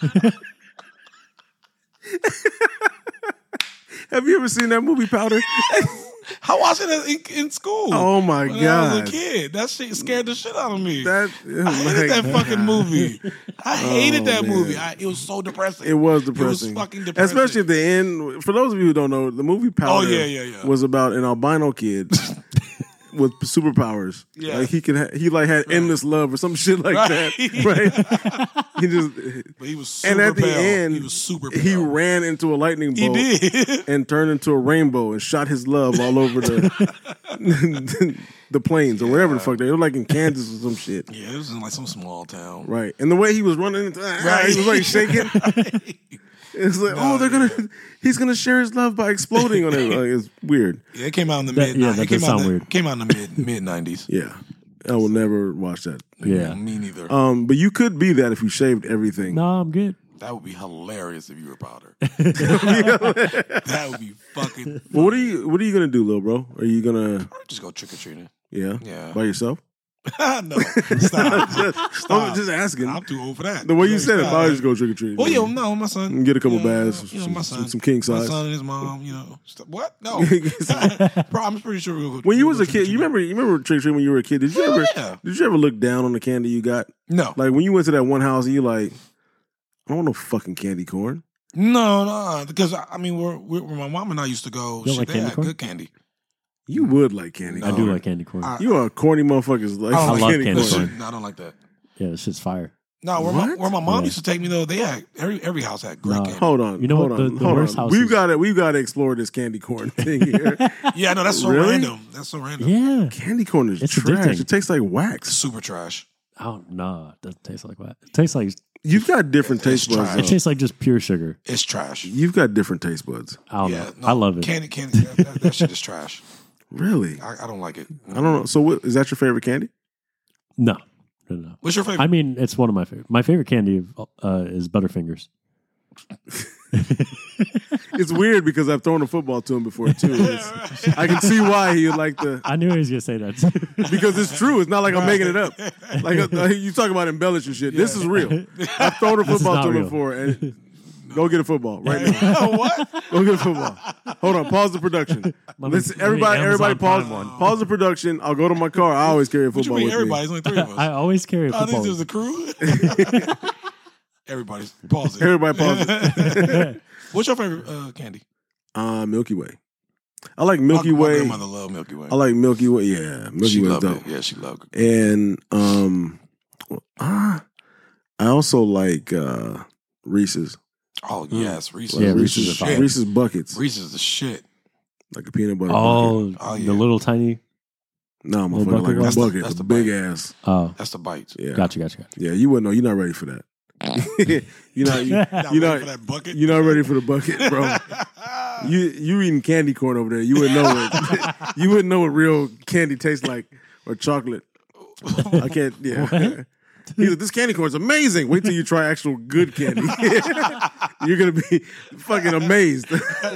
Speaker 1: Have you ever seen that movie Powder?
Speaker 2: I watched it in, in school.
Speaker 1: Oh my
Speaker 2: when I was
Speaker 1: god!
Speaker 2: a kid. That shit scared the shit out of me.
Speaker 1: That
Speaker 2: I hated that fucking movie. I hated
Speaker 1: Oh,
Speaker 2: that
Speaker 1: man.
Speaker 2: movie. I, it was so depressing.
Speaker 1: It was depressing.
Speaker 2: fucking depressing. Oh,
Speaker 1: Especially at the end. For those of you who don't know, the movie Powder
Speaker 2: yeah, yeah, yeah.
Speaker 1: was about an albino kid with superpowers.
Speaker 2: Yeah.
Speaker 1: Like he can ha- he like had endless love or some shit like
Speaker 2: Right.
Speaker 1: that. Right. he just
Speaker 2: but he was super
Speaker 1: and at the
Speaker 2: pale.
Speaker 1: end
Speaker 2: he was super pale.
Speaker 1: he ran into a lightning
Speaker 2: He
Speaker 1: bolt
Speaker 2: did.
Speaker 1: and turned into a rainbow and shot his love all over the the plains or wherever the fuck they were like in Kansas or some shit.
Speaker 2: yeah, it was in like some small town.
Speaker 1: Right. And the way he was running into ah,
Speaker 2: Right.
Speaker 1: he was like shaking. It's like,
Speaker 2: No,
Speaker 1: oh, they're
Speaker 2: yeah.
Speaker 1: gonna, he's gonna share his love by exploding on it. Like, it's weird.
Speaker 2: Yeah, it came out in the
Speaker 3: That-
Speaker 2: mid.
Speaker 3: yeah, that
Speaker 2: it came
Speaker 3: does
Speaker 2: out in
Speaker 3: sound
Speaker 2: the-
Speaker 3: weird.
Speaker 2: Came out in the mid mid nineties.
Speaker 1: Yeah, I will never watch that.
Speaker 3: Yeah.
Speaker 2: me neither.
Speaker 1: Um, but you could be that if you shaved everything.
Speaker 3: No, I'm good.
Speaker 2: that would be hilarious if you were powder. that would be fucking.
Speaker 1: Well, what are you, what are you gonna do, little bro? Are you gonna,
Speaker 2: Just go trick or treating.
Speaker 1: yeah,
Speaker 2: Yeah.
Speaker 1: by yourself?
Speaker 2: no, stop.
Speaker 1: I'm just asking.
Speaker 2: I'm too old for that.
Speaker 1: the way you said it,
Speaker 2: Stop.
Speaker 1: probably just go Mm, trick or treat.
Speaker 2: Oh yeah, no, my son.
Speaker 1: And get a couple
Speaker 2: You know,
Speaker 1: baths,
Speaker 2: You know,
Speaker 1: some-
Speaker 2: my son.
Speaker 1: some- some king
Speaker 2: My
Speaker 1: size.
Speaker 2: son Oh. and his mom. You know St- what? No, Bro, I'm pretty sure we'll go.
Speaker 1: When you
Speaker 2: we'll
Speaker 1: was a
Speaker 2: go
Speaker 1: kid, you remember, you remember trick or treat when you were a kid. Did you
Speaker 2: Hell
Speaker 1: ever,
Speaker 2: Oh, yeah.
Speaker 1: did you ever look down on the candy you got?
Speaker 2: No,
Speaker 1: Like when you went to that one house, and you like, I don't want no fucking candy corn.
Speaker 2: no, no, because I I mean, we're, we're where my mom and I used to go.
Speaker 3: don't
Speaker 2: Shit,
Speaker 3: like
Speaker 2: they
Speaker 3: candy
Speaker 2: had
Speaker 3: corn?
Speaker 2: good candy.
Speaker 1: You would like candy.
Speaker 3: Mm. I
Speaker 1: corn.
Speaker 3: do like candy corn.
Speaker 2: I-
Speaker 1: You are corny motherfuckers. Like
Speaker 2: I don't
Speaker 3: like candy
Speaker 2: That
Speaker 3: corn.
Speaker 2: shit- No, I don't like that.
Speaker 3: yeah, it's just fire.
Speaker 2: No, where my,
Speaker 1: What?
Speaker 2: where my mom
Speaker 3: Yeah.
Speaker 2: used to take me though, they had every every house had great
Speaker 3: No.
Speaker 2: candy.
Speaker 1: Hold on.
Speaker 3: You know
Speaker 1: hold
Speaker 3: what?
Speaker 1: On,
Speaker 3: The- the
Speaker 1: hold
Speaker 3: worst
Speaker 1: on.
Speaker 3: house
Speaker 1: We've
Speaker 3: is-
Speaker 1: got to we've got to explore this candy corn thing here.
Speaker 2: Yeah, no, that's so
Speaker 1: Really?
Speaker 2: random. That's so random.
Speaker 3: Yeah.
Speaker 1: candy corn is
Speaker 3: It's
Speaker 1: trash.
Speaker 3: addicting.
Speaker 1: It tastes like wax.
Speaker 2: Super trash.
Speaker 3: Oh no, it doesn't taste like that. It tastes like
Speaker 1: You've got different
Speaker 2: It's
Speaker 1: taste buds.
Speaker 2: trash.
Speaker 3: it
Speaker 1: though.
Speaker 3: tastes like just pure sugar.
Speaker 2: It's trash.
Speaker 1: You've got different taste buds.
Speaker 3: I don't
Speaker 2: Yeah,
Speaker 3: know.
Speaker 2: no,
Speaker 3: I love it.
Speaker 2: Candy, candy, that, that, that shit is trash.
Speaker 1: Really?
Speaker 2: I, I don't like it.
Speaker 1: I don't know. So what is that your favorite candy?
Speaker 3: No, no, no.
Speaker 2: What's your favorite?
Speaker 3: I mean, it's one of my favorite. My favorite candy uh, is Butterfingers.
Speaker 1: It's weird because I've thrown a football to him before too. It's- I can see why he would like the
Speaker 3: I knew he was gonna say that. Too.
Speaker 1: because it's true. It's not like I'm making it up. Like uh, you talking about embellishing shit. This is real. I've thrown a
Speaker 3: is
Speaker 1: football
Speaker 3: not
Speaker 1: to him
Speaker 3: real.
Speaker 1: before and go get a football right now.
Speaker 2: what?
Speaker 1: Go get a football. Hold on. Pause the production.
Speaker 3: Let me-
Speaker 1: Listen,
Speaker 3: let me
Speaker 1: everybody,
Speaker 3: Amazon
Speaker 1: everybody, pause.
Speaker 3: Prime one.
Speaker 1: Pause the production. I'll go to my car. I always carry a
Speaker 2: What you
Speaker 1: football
Speaker 2: mean
Speaker 1: with
Speaker 2: everybody?
Speaker 1: me.
Speaker 2: It's only three of us. Oh,
Speaker 3: I always carry a
Speaker 2: I think
Speaker 3: football.
Speaker 2: there's a crew. Everybody's pause it.
Speaker 1: Everybody, pause it.
Speaker 2: What's your favorite uh, candy?
Speaker 1: Uh, Milky Way. I like
Speaker 2: My-
Speaker 1: Milky
Speaker 2: my,
Speaker 1: Way.
Speaker 2: grandmother loved Milky Way.
Speaker 1: I like Milky Way. Yeah, Milky
Speaker 2: she
Speaker 1: Way is
Speaker 2: loved
Speaker 1: dope.
Speaker 2: it. Yeah, she loved it.
Speaker 1: And um, ah, I also like uh, Reese's.
Speaker 2: Oh yes, Reese's.
Speaker 3: Yeah,
Speaker 2: the
Speaker 3: Reese's is
Speaker 2: shit.
Speaker 3: fire.
Speaker 1: Mm. Reese's buckets,
Speaker 2: Reese's is the shit.
Speaker 1: like a peanut butter. bucket.
Speaker 3: Oh,
Speaker 2: Oh,
Speaker 3: the
Speaker 2: yeah.
Speaker 3: little tiny.
Speaker 1: no, my
Speaker 3: little
Speaker 1: fucking like
Speaker 3: bucket
Speaker 1: a
Speaker 3: one?
Speaker 1: bucket,
Speaker 2: That's
Speaker 1: a
Speaker 2: the- that's the
Speaker 1: big ass.
Speaker 3: Oh,
Speaker 2: That's the bites.
Speaker 1: Yeah,
Speaker 3: gotcha, gotcha, gotcha.
Speaker 1: yeah. You wouldn't know. You're not ready for that. you're not. You,
Speaker 2: Not
Speaker 1: You
Speaker 2: ready
Speaker 1: know-
Speaker 2: for that bucket.
Speaker 1: you're not ready for the bucket, bro. You you eating candy corn over there. You wouldn't know it. you wouldn't know what real candy tastes like or chocolate. I can't. Yeah. He's like, this candy corn's amazing. Wait till you try actual good candy. You're gonna be fucking amazed. oh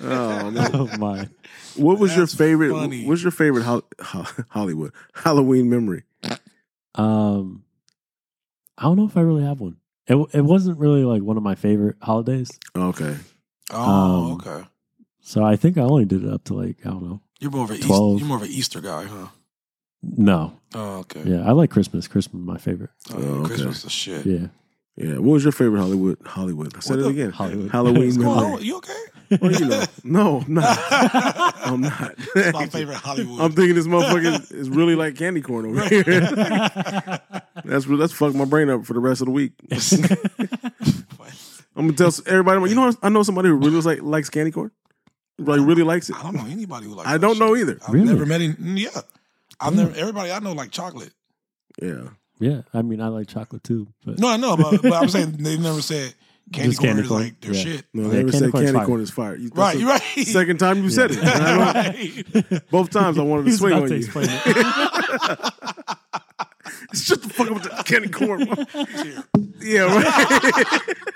Speaker 1: man.
Speaker 3: Oh my.
Speaker 1: What was your
Speaker 2: That's
Speaker 1: favorite?
Speaker 2: funny.
Speaker 1: What's your favorite Hol- Ho- Hollywood Halloween memory?
Speaker 3: Um, I don't know if I really have one. It it wasn't really like one of my favorite holidays,
Speaker 1: Okay.
Speaker 2: oh,
Speaker 3: Um,
Speaker 2: okay.
Speaker 3: so I think I only did it up to like I don't know.
Speaker 2: You're more of a East,
Speaker 3: 12.
Speaker 2: you're more of an Easter guy, huh?
Speaker 3: No,
Speaker 2: Oh, okay.
Speaker 3: yeah, I like Christmas. Christmas is my favorite.
Speaker 2: Oh,
Speaker 1: Oh, okay.
Speaker 2: Christmas is shit.
Speaker 3: Yeah,
Speaker 1: Yeah. What was your favorite Hollywood? Hollywood. I said
Speaker 2: What
Speaker 1: it
Speaker 2: the-
Speaker 1: again.
Speaker 3: Hollywood.
Speaker 1: Halloween
Speaker 3: What's
Speaker 2: Come
Speaker 1: memory.
Speaker 2: on, you okay?
Speaker 1: Well, you know. No, I'm not. I'm
Speaker 2: It's
Speaker 1: not.
Speaker 2: my favorite Hollywood.
Speaker 1: I'm thinking this motherfucker is really like candy corn over here. That's that's fucked my brain up for the rest of the week. I'm gonna tell everybody. I'm like, You know, I know somebody who really was like likes candy corn. Like really likes it.
Speaker 2: I don't know anybody who likes.
Speaker 1: I
Speaker 2: that
Speaker 1: don't know
Speaker 2: shit.
Speaker 1: either.
Speaker 2: I've
Speaker 3: Really?
Speaker 2: never met any. mm, Yeah, I've never. Everybody I know like chocolate.
Speaker 1: Yeah,
Speaker 3: yeah. I mean, I like chocolate too, but
Speaker 2: No, I know, but, but I'm saying they've never said candy
Speaker 3: Just
Speaker 2: corn
Speaker 3: candy
Speaker 2: is
Speaker 3: corn.
Speaker 2: like their
Speaker 3: Yeah.
Speaker 2: shit.
Speaker 1: no,
Speaker 3: Yeah,
Speaker 1: they never
Speaker 3: candy
Speaker 1: said
Speaker 3: corn's
Speaker 1: candy
Speaker 3: fire.
Speaker 1: corn is fire. You- that's
Speaker 2: Right,
Speaker 1: the
Speaker 2: you're right.
Speaker 1: Second time you said it. And I don't-
Speaker 2: right.
Speaker 1: both times I wanted to
Speaker 3: He's
Speaker 1: swing
Speaker 3: about
Speaker 1: on
Speaker 3: to
Speaker 1: you.
Speaker 3: explain it.
Speaker 1: Shut the fuck up with the candy corn.
Speaker 2: Here,
Speaker 1: yeah, right.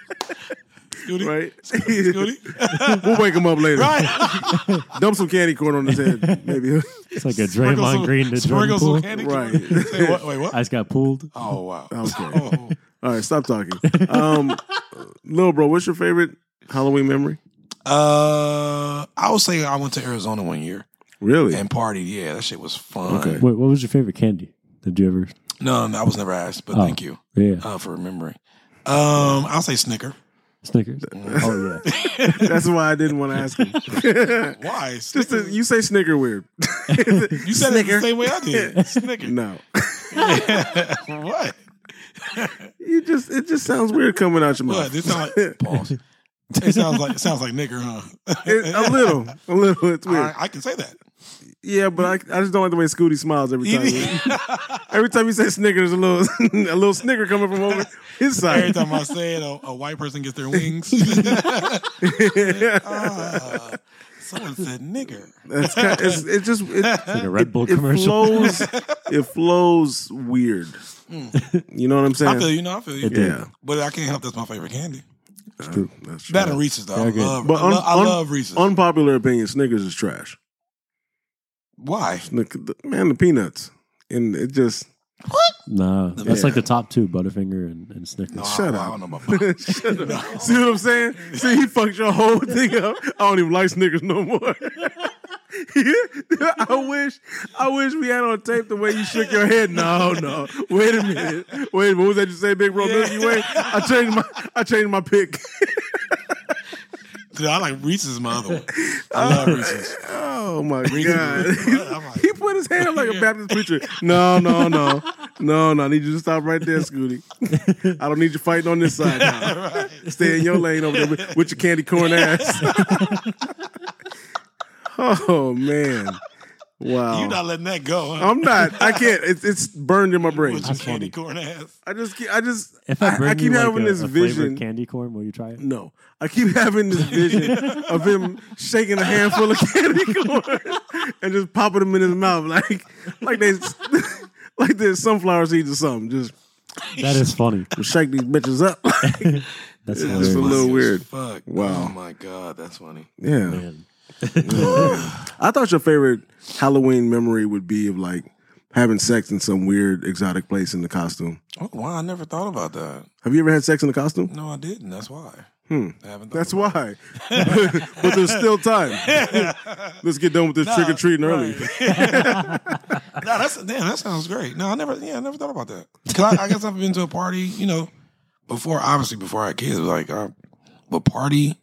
Speaker 2: Scooty,
Speaker 1: right.
Speaker 2: Scooty.
Speaker 1: we'll wake him up later.
Speaker 2: Right.
Speaker 1: Dump some candy corn on his head, maybe.
Speaker 3: It's like a
Speaker 2: Sprinkle
Speaker 3: Draymond
Speaker 2: some-
Speaker 3: Green to Jordan
Speaker 2: Sprinkle some
Speaker 3: pool.
Speaker 2: candy corn.
Speaker 1: right.
Speaker 2: Say what- Wait, what?
Speaker 3: I just got pulled.
Speaker 2: Oh wow.
Speaker 1: Okay.
Speaker 2: Oh.
Speaker 1: All right, stop talking. Um, Lil bro, what's your favorite Halloween memory?
Speaker 2: Uh, I would say I went to Arizona one year
Speaker 1: Really?
Speaker 2: and partied. Yeah, that shit was fun.
Speaker 1: Okay.
Speaker 3: Wait, what was your favorite candy? Did you ever?
Speaker 2: No, no, I was never asked, but
Speaker 3: Oh.
Speaker 2: thank you
Speaker 3: Yeah,
Speaker 2: uh, for remembering. Um, I'll say Snicker.
Speaker 3: Snickers. Oh yeah,
Speaker 1: That's why I didn't want to ask him.
Speaker 2: Why?
Speaker 1: Just
Speaker 2: Snicker?
Speaker 1: a, you say snicker weird.
Speaker 2: you said it
Speaker 1: Snicker.
Speaker 2: the same way I did. Snicker.
Speaker 1: no,
Speaker 2: what?
Speaker 1: you just it just sounds weird coming out your
Speaker 2: What?
Speaker 1: mouth.
Speaker 2: It sounds like pause. It sounds like it sounds like nigger, huh?
Speaker 1: It- a little, a little. It's weird.
Speaker 2: I, I can say that.
Speaker 1: Yeah, but I, I just don't like the way Scooty smiles every time. every time you say snicker, there's a little a little snicker coming from over his
Speaker 2: Every
Speaker 1: side.
Speaker 2: time I say it, a, a white person gets their wings. Ah, someone said nigger.
Speaker 1: It's, kind, it's, it just it,
Speaker 3: like a Red Bull
Speaker 1: it
Speaker 3: commercial.
Speaker 1: flows it flows weird.
Speaker 3: Mm.
Speaker 1: You know what I'm
Speaker 2: I feel
Speaker 1: saying?
Speaker 2: you, know, I feel you.
Speaker 3: It did.
Speaker 1: Yeah,
Speaker 2: But I can't help that's my favorite candy.
Speaker 1: that's
Speaker 3: true.
Speaker 1: That's true.
Speaker 2: That and Reese's though. I
Speaker 3: Very good.
Speaker 2: love,
Speaker 1: But
Speaker 2: I, lo-
Speaker 1: un-
Speaker 2: I
Speaker 1: un-
Speaker 2: love Reese's.
Speaker 1: Unpopular opinion: Snickers is trash.
Speaker 2: Why?
Speaker 1: Look, the- man, the peanuts and it just
Speaker 3: Nah, that's
Speaker 1: Yeah.
Speaker 3: like the top two: Butterfinger and, and Snickers.
Speaker 2: No,
Speaker 1: Shut
Speaker 2: I, I
Speaker 1: up.
Speaker 2: don't know about
Speaker 1: Shut up.
Speaker 2: No.
Speaker 1: See what I'm saying? See, he fucked your whole thing up. I don't even like Snickers no more. I wish, I wish we had on tape the way you shook your head. No, no. Wait a minute. Wait, what was that you say, Big Bro Milky Way? I changed my, I changed my pick.
Speaker 2: Dude, I like Reese's my other one. I love Reese's.
Speaker 1: Oh my
Speaker 2: Reese's.
Speaker 1: god.
Speaker 2: I'm like,
Speaker 1: He put his hand up like a Baptist preacher. No, no, no, no, no. I need you to stop right there, Scooty. I don't need you fighting on this side. Now.
Speaker 2: right.
Speaker 1: Stay in your lane over there with- with your candy corn ass. oh man! Wow.
Speaker 2: You're not letting that go, huh?
Speaker 1: Um, I'm not. I can't. It's it's burned in my brain.
Speaker 2: With your
Speaker 3: That's
Speaker 2: candy corn ass.
Speaker 1: I just keep. I just.
Speaker 3: If I bring
Speaker 1: keep
Speaker 3: you
Speaker 1: having
Speaker 3: like a,
Speaker 1: this
Speaker 3: a
Speaker 1: vision.
Speaker 3: flavored candy corn, will you try it?
Speaker 1: No, I keep having this vision of him shaking a handful of candy corn and just popping them in his mouth like like they like there's sunflower seeds or something. Just
Speaker 3: That is funny.
Speaker 1: shake these bitches up.
Speaker 3: That's
Speaker 1: It's
Speaker 3: hilarious.
Speaker 1: a
Speaker 2: Funny
Speaker 1: little
Speaker 2: as
Speaker 1: weird.
Speaker 2: Fuck.
Speaker 1: Wow.
Speaker 2: Oh my god, that's funny.
Speaker 1: yeah.
Speaker 3: Man.
Speaker 1: I thought your favorite Halloween memory would be of like having sex in some weird exotic place in the costume.
Speaker 2: Oh, wow, I never thought about that.
Speaker 1: Have you ever had sex in a costume?
Speaker 2: No, I didn't. That's why. I haven't. Thought
Speaker 1: Hmm. That's
Speaker 2: about
Speaker 1: why. but there's still time. Let's get done with this
Speaker 2: Nah,
Speaker 1: trick or treating early.
Speaker 2: it. No, that's damn. That sounds great. No, I never. Yeah, I never thought about that. 'Cause I, I guess I've been to a party. You know, before obviously before I had kids, like, I, but party,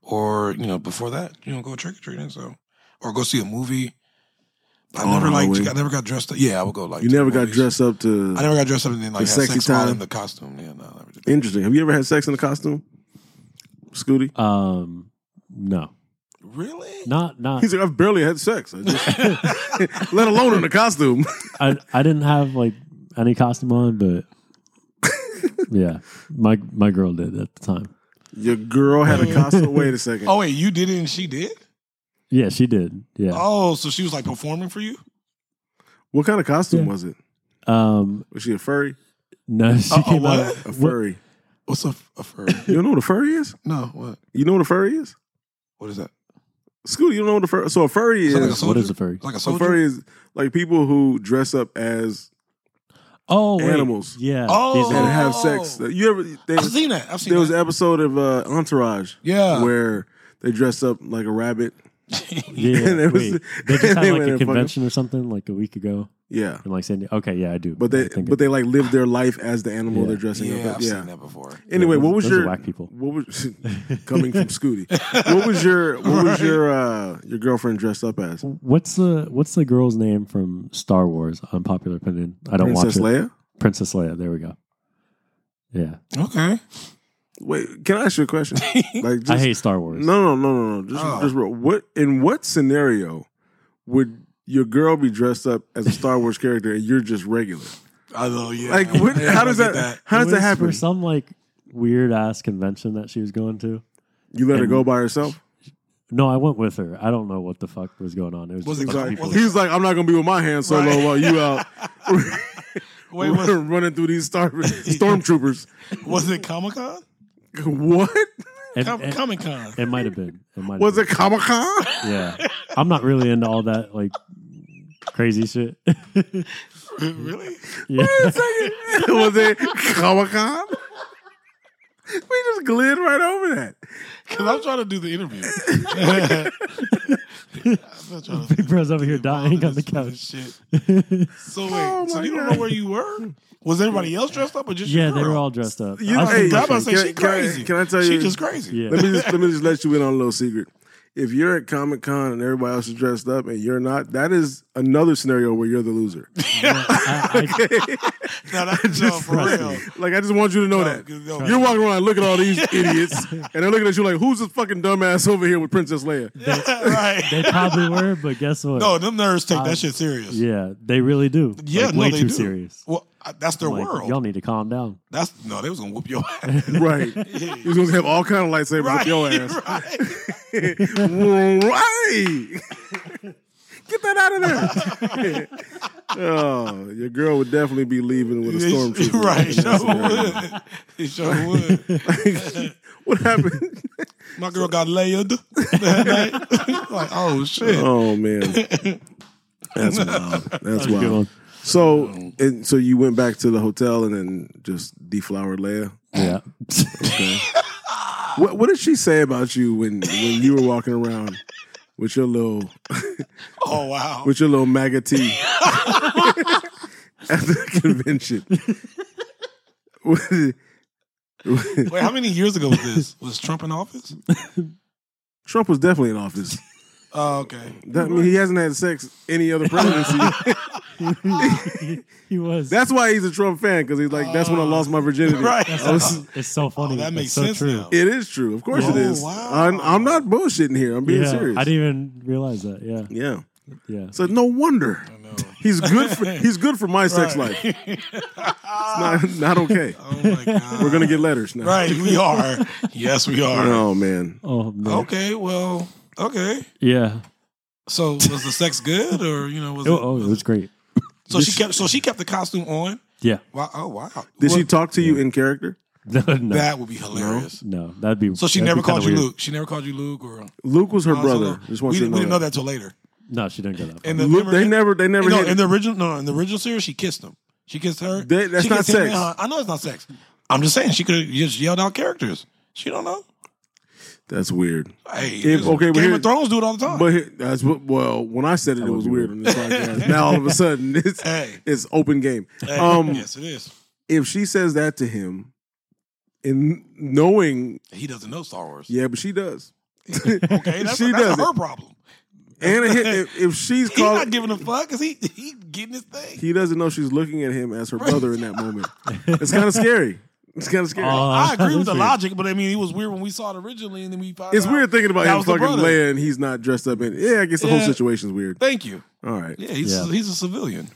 Speaker 2: or you know, before that, you know, go trick or treating. So, or go see a movie. I
Speaker 1: On
Speaker 2: never like.
Speaker 1: Halloween?
Speaker 2: I never got dressed up. Yeah, I would go like.
Speaker 1: Oh, You
Speaker 2: to the
Speaker 1: never got
Speaker 2: movies.
Speaker 1: dressed up to.
Speaker 2: I never got dressed up and then like
Speaker 1: For
Speaker 2: had
Speaker 1: sexy
Speaker 2: sex while
Speaker 1: time?
Speaker 2: in the costume. Yeah, no, I never did. that.
Speaker 1: Interesting. Have you ever had sex in a costume, Scooty?
Speaker 3: Um, no,
Speaker 2: Really?
Speaker 3: not not.
Speaker 1: He's like, I've barely had sex, I just- let alone in a costume.
Speaker 3: I I didn't have like any costume on, but yeah, my my girl did at the time.
Speaker 1: Your girl had a costume. Wait a second.
Speaker 2: Oh wait, you did it and she did.
Speaker 3: Yeah, she did. Yeah.
Speaker 2: Oh, so she was like performing for you.
Speaker 1: What kind of costume
Speaker 3: Yeah.
Speaker 1: was it?
Speaker 3: Um,
Speaker 1: Was she a furry?
Speaker 3: no, she
Speaker 2: Uh-oh,
Speaker 3: came
Speaker 2: what?
Speaker 3: out.
Speaker 1: Oh. A
Speaker 3: what-
Speaker 1: furry.
Speaker 2: What's a, a fur?
Speaker 1: You don't know what a furry is?
Speaker 2: no, what?
Speaker 1: You know what a furry is?
Speaker 2: What is that?
Speaker 1: Scooty, you don't know what a furry So a furry is.
Speaker 2: Is that like
Speaker 1: a,
Speaker 2: soldier?
Speaker 3: What is a furry?
Speaker 2: Like a soldier?
Speaker 1: furry is like people who dress up as
Speaker 3: Oh, wait.
Speaker 1: Animals.
Speaker 3: Yeah.
Speaker 2: Oh.
Speaker 3: These
Speaker 1: and
Speaker 3: are-
Speaker 1: have sex. You ever? They,
Speaker 2: I've seen that. I've seen
Speaker 1: there was an
Speaker 2: that.
Speaker 1: episode of uh, Entourage
Speaker 2: yeah.
Speaker 1: where they dressed up like a rabbit.
Speaker 3: yeah.
Speaker 1: and it was-
Speaker 3: wait. They just
Speaker 1: and they went
Speaker 3: had like a
Speaker 1: and fucking-
Speaker 3: convention or something like a week ago
Speaker 1: Yeah,
Speaker 3: in like San Diego. Okay, yeah, I do.
Speaker 1: but they
Speaker 3: I think
Speaker 1: but they like lived their life as the animal
Speaker 3: Yeah.
Speaker 1: they're dressing
Speaker 2: yeah,
Speaker 1: up.
Speaker 2: I've
Speaker 1: as.
Speaker 2: seen
Speaker 1: Yeah.
Speaker 2: that before.
Speaker 1: Anyway,
Speaker 3: Yeah,
Speaker 1: what was
Speaker 3: those- those are
Speaker 1: your
Speaker 3: whack people.
Speaker 1: What was coming from Scooty? What was your what was your uh, your girlfriend dressed up as?
Speaker 3: What's the what's the girl's name from Star Wars? Unpopular opinion. I don't
Speaker 1: Princess
Speaker 3: watch it.
Speaker 1: Leia.
Speaker 3: Princess Leia. There we go. Yeah,
Speaker 2: Okay.
Speaker 1: Wait, can I ask you a question? Like,
Speaker 3: I
Speaker 1: just,
Speaker 3: hate Star Wars.
Speaker 1: no, no, no, no, no. Just,
Speaker 2: Oh.
Speaker 1: just real. what in what scenario would your girl be dressed up as a Star Wars character and you're just regular?
Speaker 2: I know. Yeah.
Speaker 1: Like, what,
Speaker 2: Yeah,
Speaker 1: how
Speaker 2: I
Speaker 1: does
Speaker 2: get
Speaker 1: that, how
Speaker 3: It
Speaker 1: does that
Speaker 3: was
Speaker 1: happen?
Speaker 3: For some like weird ass convention that she was going to.
Speaker 1: You let her
Speaker 3: and-
Speaker 1: go by herself.
Speaker 3: No, I went with her. I don't know what the fuck was going on. It was,
Speaker 2: Was
Speaker 3: just
Speaker 1: He's
Speaker 3: a bunch
Speaker 2: it
Speaker 1: like,
Speaker 3: of people.
Speaker 2: was
Speaker 1: he's like, I'm not gonna be with my hands solo
Speaker 2: Right.
Speaker 1: while you out
Speaker 2: Wait, was,
Speaker 1: running through these star- stormtroopers.
Speaker 2: was it Comic Con?
Speaker 1: what
Speaker 3: And- and-
Speaker 2: Comic Con.
Speaker 3: it might have been. It might have
Speaker 1: was
Speaker 3: been.
Speaker 1: it? Comic Con?
Speaker 3: Yeah, I'm not really into all that like crazy shit.
Speaker 2: Really?
Speaker 3: yeah.
Speaker 1: was it Comic Con? We just glid right over that.
Speaker 2: Because I'm trying to do the interview. I'm not trying to
Speaker 3: Big bro's over here dying on the couch.
Speaker 2: Shit. So wait,
Speaker 1: Oh
Speaker 2: so
Speaker 1: my
Speaker 2: you don't
Speaker 1: God.
Speaker 2: know where you were? Was everybody else dressed up or just
Speaker 3: Yeah,
Speaker 2: your
Speaker 3: they were
Speaker 2: girl?
Speaker 3: all dressed up.
Speaker 1: You-
Speaker 3: I
Speaker 1: hey,
Speaker 3: think-
Speaker 2: I'm about to say
Speaker 1: Can I-
Speaker 2: she
Speaker 1: can I-
Speaker 2: crazy.
Speaker 1: can I tell
Speaker 2: she
Speaker 1: you-
Speaker 2: just crazy.
Speaker 3: yeah.
Speaker 1: Let me just let me just let you in on a little secret. If you're at Comic Con and everybody else is dressed up and you're not, that is another scenario where you're the loser.
Speaker 3: I- I-
Speaker 2: No, that's no, for real.
Speaker 1: Like I just want you to know
Speaker 2: No,
Speaker 1: that
Speaker 2: good- no.
Speaker 1: you're walking around looking at all these idiots and they're looking at you like, who's this fucking dumbass over here with Princess Leia?
Speaker 2: right.
Speaker 3: they probably were, but guess what?
Speaker 2: No, them nerds take
Speaker 3: I-
Speaker 2: that shit serious.
Speaker 3: yeah, they really do.
Speaker 2: Yeah,
Speaker 3: Like,
Speaker 2: no,
Speaker 3: way
Speaker 2: they
Speaker 3: too
Speaker 2: do.
Speaker 3: serious.
Speaker 2: Well, I- that's their
Speaker 3: I'm like,
Speaker 2: world.
Speaker 3: Y'all need to calm down.
Speaker 2: That's no, they was gonna whoop your ass.
Speaker 1: Right. He's gonna have all kind of lightsabers up
Speaker 2: right,
Speaker 1: your ass.
Speaker 2: right.
Speaker 1: right. Get that out of there. oh, your girl would definitely be leaving with a stormtrooper.
Speaker 2: Right,
Speaker 1: in that scenario.
Speaker 2: sure would. He sure would.
Speaker 1: what happened?
Speaker 2: My girl got layered that night. like, oh shit.
Speaker 3: Uh-huh.
Speaker 1: Oh man, that's wild. That's
Speaker 3: That was a good
Speaker 1: wild.
Speaker 3: one.
Speaker 1: So, and so you went back to the hotel and then just deflowered Leia.
Speaker 3: Yeah.
Speaker 1: What, what did she say about you when when you were walking around with your little
Speaker 2: oh wow.
Speaker 1: with your little MAGA tee at the convention?
Speaker 2: Wait, how many years ago was this? Was Trump in office?
Speaker 1: Trump was definitely in office.
Speaker 2: Oh, okay.
Speaker 1: That, I mean, he hasn't had sex any other presidency.
Speaker 3: he, he was.
Speaker 1: that's why he's a Trump fan because he's like, that's when I lost my virginity.
Speaker 2: Right.
Speaker 3: That's
Speaker 1: I was-
Speaker 3: so- it's so funny.
Speaker 2: Oh, that
Speaker 3: It's
Speaker 2: makes
Speaker 3: so
Speaker 2: sense
Speaker 3: true.
Speaker 2: now.
Speaker 1: It is true. Of course it
Speaker 2: Oh,
Speaker 1: is.
Speaker 2: wow.
Speaker 1: I'm, I'm not bullshitting here. I'm being
Speaker 3: Yeah,
Speaker 1: serious.
Speaker 3: I didn't even realize that. Yeah,
Speaker 1: yeah.
Speaker 3: yeah.
Speaker 1: So no wonder
Speaker 2: know.
Speaker 1: he's good for he's good for my sex life. It's not not okay.
Speaker 2: Oh my god.
Speaker 1: We're gonna get letters now.
Speaker 2: Right, we are. Yes, we are.
Speaker 1: Oh man.
Speaker 3: Oh man.
Speaker 2: Okay, well, okay.
Speaker 3: Yeah.
Speaker 2: So was the sex good or you know was
Speaker 3: It,
Speaker 2: it,
Speaker 3: oh, it was great.
Speaker 2: So she kept so she kept the costume on?
Speaker 3: Yeah.
Speaker 2: Wow, oh wow.
Speaker 1: Did she
Speaker 2: Well,
Speaker 1: talk to you in character?
Speaker 3: No, no,
Speaker 2: that would be hilarious.
Speaker 3: no. That'd be.
Speaker 2: So she
Speaker 3: that'd
Speaker 2: never
Speaker 3: be kinda
Speaker 2: called you
Speaker 3: weird.
Speaker 2: Luke. She never called you Luke or
Speaker 1: Luke was her
Speaker 2: Also,
Speaker 1: brother. Just want
Speaker 2: Oh, we,
Speaker 1: you to
Speaker 2: didn't-
Speaker 1: know.
Speaker 2: we didn't know
Speaker 1: that.
Speaker 2: that till later.
Speaker 3: No, she didn't go that far.
Speaker 2: And the,
Speaker 1: Luke, they
Speaker 2: remember-
Speaker 1: never they never
Speaker 2: no,
Speaker 1: hit
Speaker 2: in the original no, in the original series she kissed him. She kissed her.
Speaker 1: They- that's
Speaker 2: She
Speaker 1: not
Speaker 2: kissed him and
Speaker 1: sex.
Speaker 2: her. I know it's not sex. I'm just saying she could have just yelled out characters. She don't know.
Speaker 1: That's weird.
Speaker 2: Hey,
Speaker 1: If-
Speaker 2: this-
Speaker 1: okay, but
Speaker 2: Game
Speaker 1: here-
Speaker 2: of Thrones do it all the time.
Speaker 1: But here- that's what well, when I said it it
Speaker 3: would
Speaker 1: was
Speaker 3: be
Speaker 1: weird on this podcast. now all of a sudden it's
Speaker 2: Hey.
Speaker 1: it's open game.
Speaker 2: Hey,
Speaker 1: Um
Speaker 2: yes, it is.
Speaker 1: if she says that to him and knowing
Speaker 2: He doesn't know Star Wars.
Speaker 1: yeah, but she does.
Speaker 2: Okay, that's,
Speaker 1: she
Speaker 2: that's
Speaker 1: does it.
Speaker 2: her problem.
Speaker 1: And a hit, if, if she's
Speaker 2: He's
Speaker 1: calling,
Speaker 2: not giving a fuck because he he getting his thing.
Speaker 1: he doesn't know she's looking at him as her brother in that moment. It's kind of scary. It's kind of scary.
Speaker 3: Aw.
Speaker 2: I agree with the
Speaker 3: Listen.
Speaker 2: logic, but I mean, it was weird when we saw it originally, and then we found
Speaker 1: it's
Speaker 2: out-
Speaker 1: weird thinking about
Speaker 2: That
Speaker 1: him
Speaker 2: was the
Speaker 1: fucking
Speaker 2: brother.
Speaker 1: Leia and he's not dressed up in. Yeah, I guess the whole
Speaker 2: Yeah.
Speaker 1: situation's weird.
Speaker 2: Thank you.
Speaker 1: All right.
Speaker 2: Yeah, he's
Speaker 3: Yeah.
Speaker 2: he's a civilian.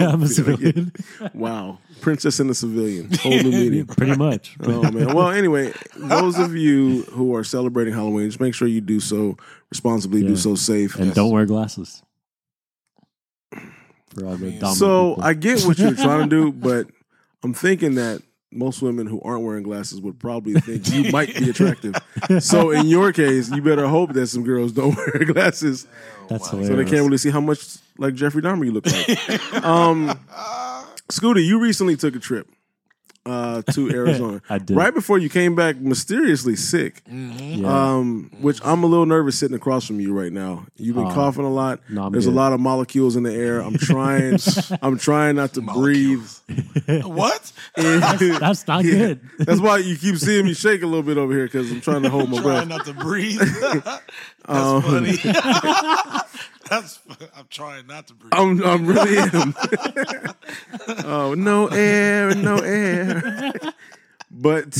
Speaker 3: I'm a civilian.
Speaker 1: Wow. Princess and the Civilian. Whole new meaning.
Speaker 3: Pretty much.
Speaker 1: Oh man. Well, anyway, those of you who are celebrating Halloween, just make sure you do so responsibly,
Speaker 3: Yeah.
Speaker 1: do so safe.
Speaker 3: And
Speaker 2: Yes.
Speaker 3: don't wear glasses. For all the dominant
Speaker 1: So
Speaker 3: people.
Speaker 1: I get what you're trying to do, but I'm thinking that most women who aren't wearing glasses would probably think you might be attractive. So in your case, you better hope that some girls don't wear glasses
Speaker 3: that's
Speaker 2: Wow.
Speaker 3: hilarious.
Speaker 1: so they can't really see how much like Jeffrey Dahmer you look like. Um, Scooter, you recently took a trip uh, to Arizona.
Speaker 3: I did.
Speaker 1: Right before you came back mysteriously sick.
Speaker 2: Mm-hmm.
Speaker 3: Yeah.
Speaker 1: Um, which I'm a little nervous sitting across from you right now. You've been
Speaker 3: Aw.
Speaker 1: coughing a lot.
Speaker 3: Uh, No, I'm
Speaker 1: There's a
Speaker 3: good.
Speaker 1: lot of molecules in the air. I'm trying. I'm trying not to breathe.
Speaker 2: What?
Speaker 1: In-
Speaker 3: that's not
Speaker 1: Yeah.
Speaker 3: good.
Speaker 1: That's why you keep seeing me shake a little bit over here because I'm trying to hold my
Speaker 2: Trying
Speaker 1: breath.
Speaker 2: not to breathe. That's
Speaker 1: Um,
Speaker 2: funny. That's fu- I'm trying not to breathe.
Speaker 1: I'm, I'm really am. oh, no air, no air. but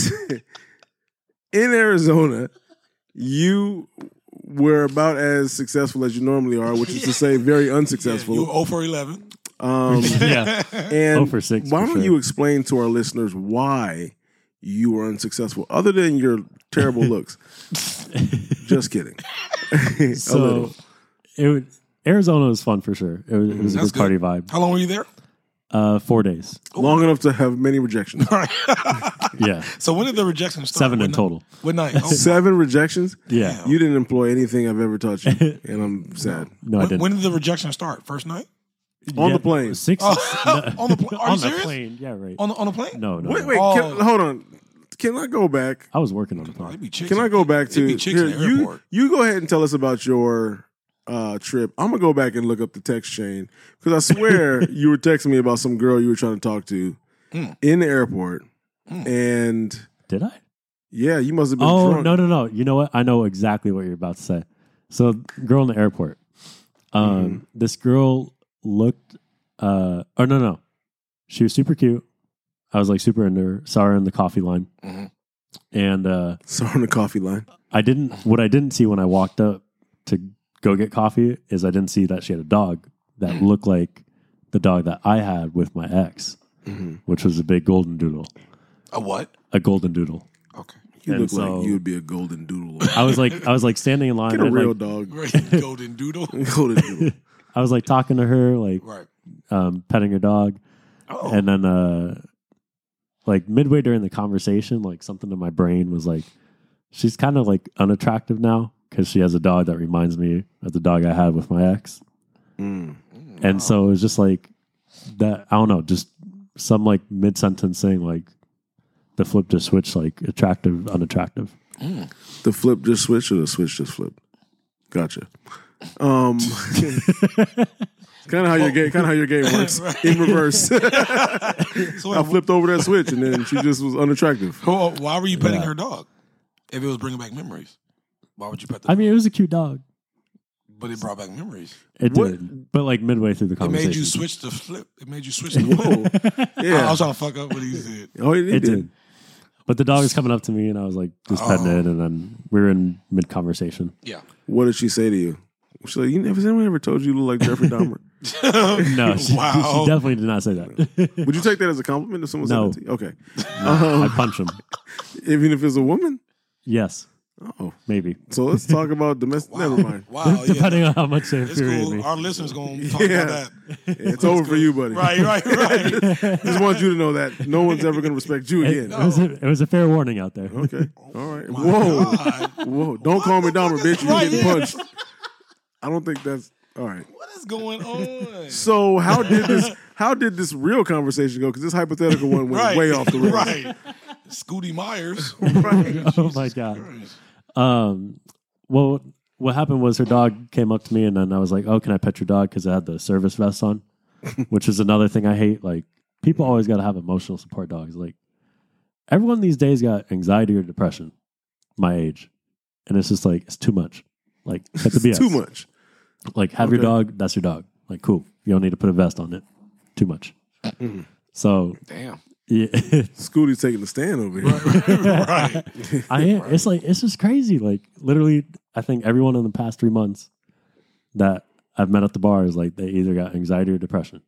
Speaker 1: in Arizona, you were about as successful as you normally are, which is to say, very
Speaker 2: you
Speaker 1: unsuccessful.
Speaker 2: were 0 for 11.
Speaker 1: Um,
Speaker 3: yeah.
Speaker 1: and
Speaker 3: Oh, for six,
Speaker 1: why
Speaker 3: for
Speaker 1: don't
Speaker 3: sure.
Speaker 1: you explain to our listeners why you were unsuccessful, other than your terrible looks? Just kidding. A
Speaker 3: So
Speaker 1: little.
Speaker 3: it would, Arizona was fun for sure. It was, it was a
Speaker 2: That's
Speaker 3: good party
Speaker 2: good.
Speaker 3: vibe.
Speaker 2: How long were you there?
Speaker 3: Uh, four days.
Speaker 1: long enough to have many rejections.
Speaker 3: Yeah.
Speaker 2: So when did the rejection start?
Speaker 3: Seven
Speaker 2: What
Speaker 3: in
Speaker 2: night-
Speaker 3: total.
Speaker 2: What night? Oh,
Speaker 1: Seven rejections.
Speaker 3: Yeah.
Speaker 1: You didn't employ anything I've ever taught you, and I'm sad.
Speaker 3: No, I
Speaker 2: when,
Speaker 3: didn't.
Speaker 2: when did the rejection start? First night?
Speaker 1: On
Speaker 3: Yeah,
Speaker 1: the plane.
Speaker 3: Six.
Speaker 2: Oh, on the plane? Are you
Speaker 3: on the
Speaker 2: serious?
Speaker 3: plane. Yeah, right.
Speaker 2: On the, on the plane?
Speaker 3: no, no.
Speaker 1: Wait,
Speaker 3: no.
Speaker 1: wait,
Speaker 2: Oh.
Speaker 1: can, hold on. Can I go back?
Speaker 3: I was working on the plane.
Speaker 2: It'd Oh, be chicks.
Speaker 1: Can I go back
Speaker 2: It'd
Speaker 1: to
Speaker 2: be chicks in
Speaker 1: here,
Speaker 2: the
Speaker 1: you?
Speaker 2: airport.
Speaker 1: You go ahead and tell us about your uh, trip. I'm gonna go back and look up the text chain because I swear you were texting me about some girl you were trying to talk to
Speaker 2: Mm.
Speaker 1: in the airport,
Speaker 2: Mm.
Speaker 1: and
Speaker 3: Did I?
Speaker 1: yeah, you must have been
Speaker 3: Oh
Speaker 1: drunk.
Speaker 3: no no no! You know what? I know exactly what you're about to say. So, girl in the airport. Um,
Speaker 2: Mm-hmm.
Speaker 3: this girl looked. Uh, oh no no, she was super cute. I was like super into her. Saw her in the coffee line,
Speaker 2: Mhm.
Speaker 3: and uh,
Speaker 1: Sorry, on the coffee line.
Speaker 3: I didn't. What I didn't see when I walked up to go get coffee is I didn't see that she had a dog that
Speaker 1: Mm-hmm.
Speaker 3: looked like the dog that I had with my ex,
Speaker 1: Mhm.
Speaker 3: which was a big golden doodle,
Speaker 2: A what?
Speaker 3: a golden doodle.
Speaker 2: Okay.
Speaker 1: You
Speaker 3: And
Speaker 1: look
Speaker 3: so-
Speaker 1: like you would be a golden doodle.
Speaker 3: I was like, I was like standing in line.
Speaker 1: Get a
Speaker 3: and,
Speaker 1: real
Speaker 3: like,
Speaker 1: dog.
Speaker 2: Golden doodle.
Speaker 1: Golden doodle.
Speaker 3: I was like talking to her, like
Speaker 2: Right.
Speaker 3: um, petting her dog,
Speaker 2: Oh.
Speaker 3: and then uh, like midway during the conversation, like something in my brain was like, she's kind of like unattractive now because she has a dog that reminds me of the dog I had with my ex,
Speaker 1: Mm.
Speaker 3: and so it was just like that. I don't know, just some like mid sentence thing, like the flip to switch, like attractive, unattractive.
Speaker 1: The flip just switched or the switch just flipped? Gotcha. Um, it's kind of how
Speaker 2: Oh.
Speaker 1: your game, kind of how your game works in reverse. I
Speaker 2: so wait,
Speaker 1: flipped over that switch and then she just was unattractive.
Speaker 2: wh- wh- why were you petting
Speaker 3: Yeah.
Speaker 2: her dog? If it was bringing back memories, why would you pet the
Speaker 3: I mean, it was a cute dog.
Speaker 2: But it brought back memories.
Speaker 3: It
Speaker 1: What-
Speaker 3: did, but like midway through the
Speaker 2: It
Speaker 3: conversation,
Speaker 2: made you switch the flip. It made you switch the flip.
Speaker 1: Whoa,
Speaker 2: I
Speaker 1: yeah,
Speaker 2: was trying to fuck up what he said.
Speaker 1: oh, it,
Speaker 3: It
Speaker 1: did.
Speaker 3: did. But the dog was coming up to me, and I was like just petting
Speaker 2: Oh.
Speaker 3: it, and then we were in mid conversation.
Speaker 2: Yeah.
Speaker 1: What did she say to you? She's like, you never, has anyone ever told you you look like Jeffrey Dahmer?
Speaker 3: No, she,
Speaker 2: Wow.
Speaker 3: she definitely did not say that.
Speaker 1: Would you take that as a compliment if someone said
Speaker 3: No.
Speaker 1: that to you? Okay, Um,
Speaker 3: I punch him.
Speaker 1: even if it's a woman.
Speaker 3: Yes,
Speaker 1: Oh,
Speaker 3: maybe.
Speaker 1: so let's talk about domestic.
Speaker 2: Wow.
Speaker 1: Never mind.
Speaker 2: Wow. Oh, Yeah.
Speaker 3: Depending on how much they
Speaker 2: It's
Speaker 3: infuriate me.
Speaker 2: cool. Our listeners gonna talk
Speaker 1: Yeah.
Speaker 2: about that.
Speaker 1: It's over for you, buddy.
Speaker 2: Right. Right. Right.
Speaker 1: Just want you to know that no one's ever going to respect you
Speaker 3: It,
Speaker 1: again.
Speaker 3: it was a, it was a fair warning out there.
Speaker 1: Okay. Oh,
Speaker 2: Oh
Speaker 1: All right. Whoa.
Speaker 2: God.
Speaker 1: Whoa. Don't call me
Speaker 2: the fuck
Speaker 1: Dahmer,
Speaker 2: is-
Speaker 1: bitch. You're
Speaker 2: Right,
Speaker 1: getting
Speaker 2: yeah.
Speaker 1: punched. I don't think that's all right.
Speaker 2: What is going on?
Speaker 1: So how did this how did this real conversation go? Because this hypothetical one went way off the rails.
Speaker 2: Right. Scooty Myers.
Speaker 3: Oh my god. Um, well, what happened was her dog came up to me, and then I was like, "Oh, can I pet your dog?" Because I had the service vest on, which is another thing I hate. Like people always got to have emotional support dogs. Like everyone these days got anxiety or depression, my age, and it's just like it's too much. Like at the
Speaker 1: It's
Speaker 3: BS,
Speaker 1: too much.
Speaker 3: Like, have your
Speaker 1: Okay.
Speaker 3: dog. That's your dog. Like, cool. You don't need to put a vest on it. Too much. So
Speaker 2: Damn.
Speaker 3: yeah,
Speaker 1: Scooty's taking the stand over here.
Speaker 2: right.
Speaker 3: I am. It's like it's just crazy. Like literally, I think everyone in the past three months that I've met at the bar is like they either got anxiety or depression,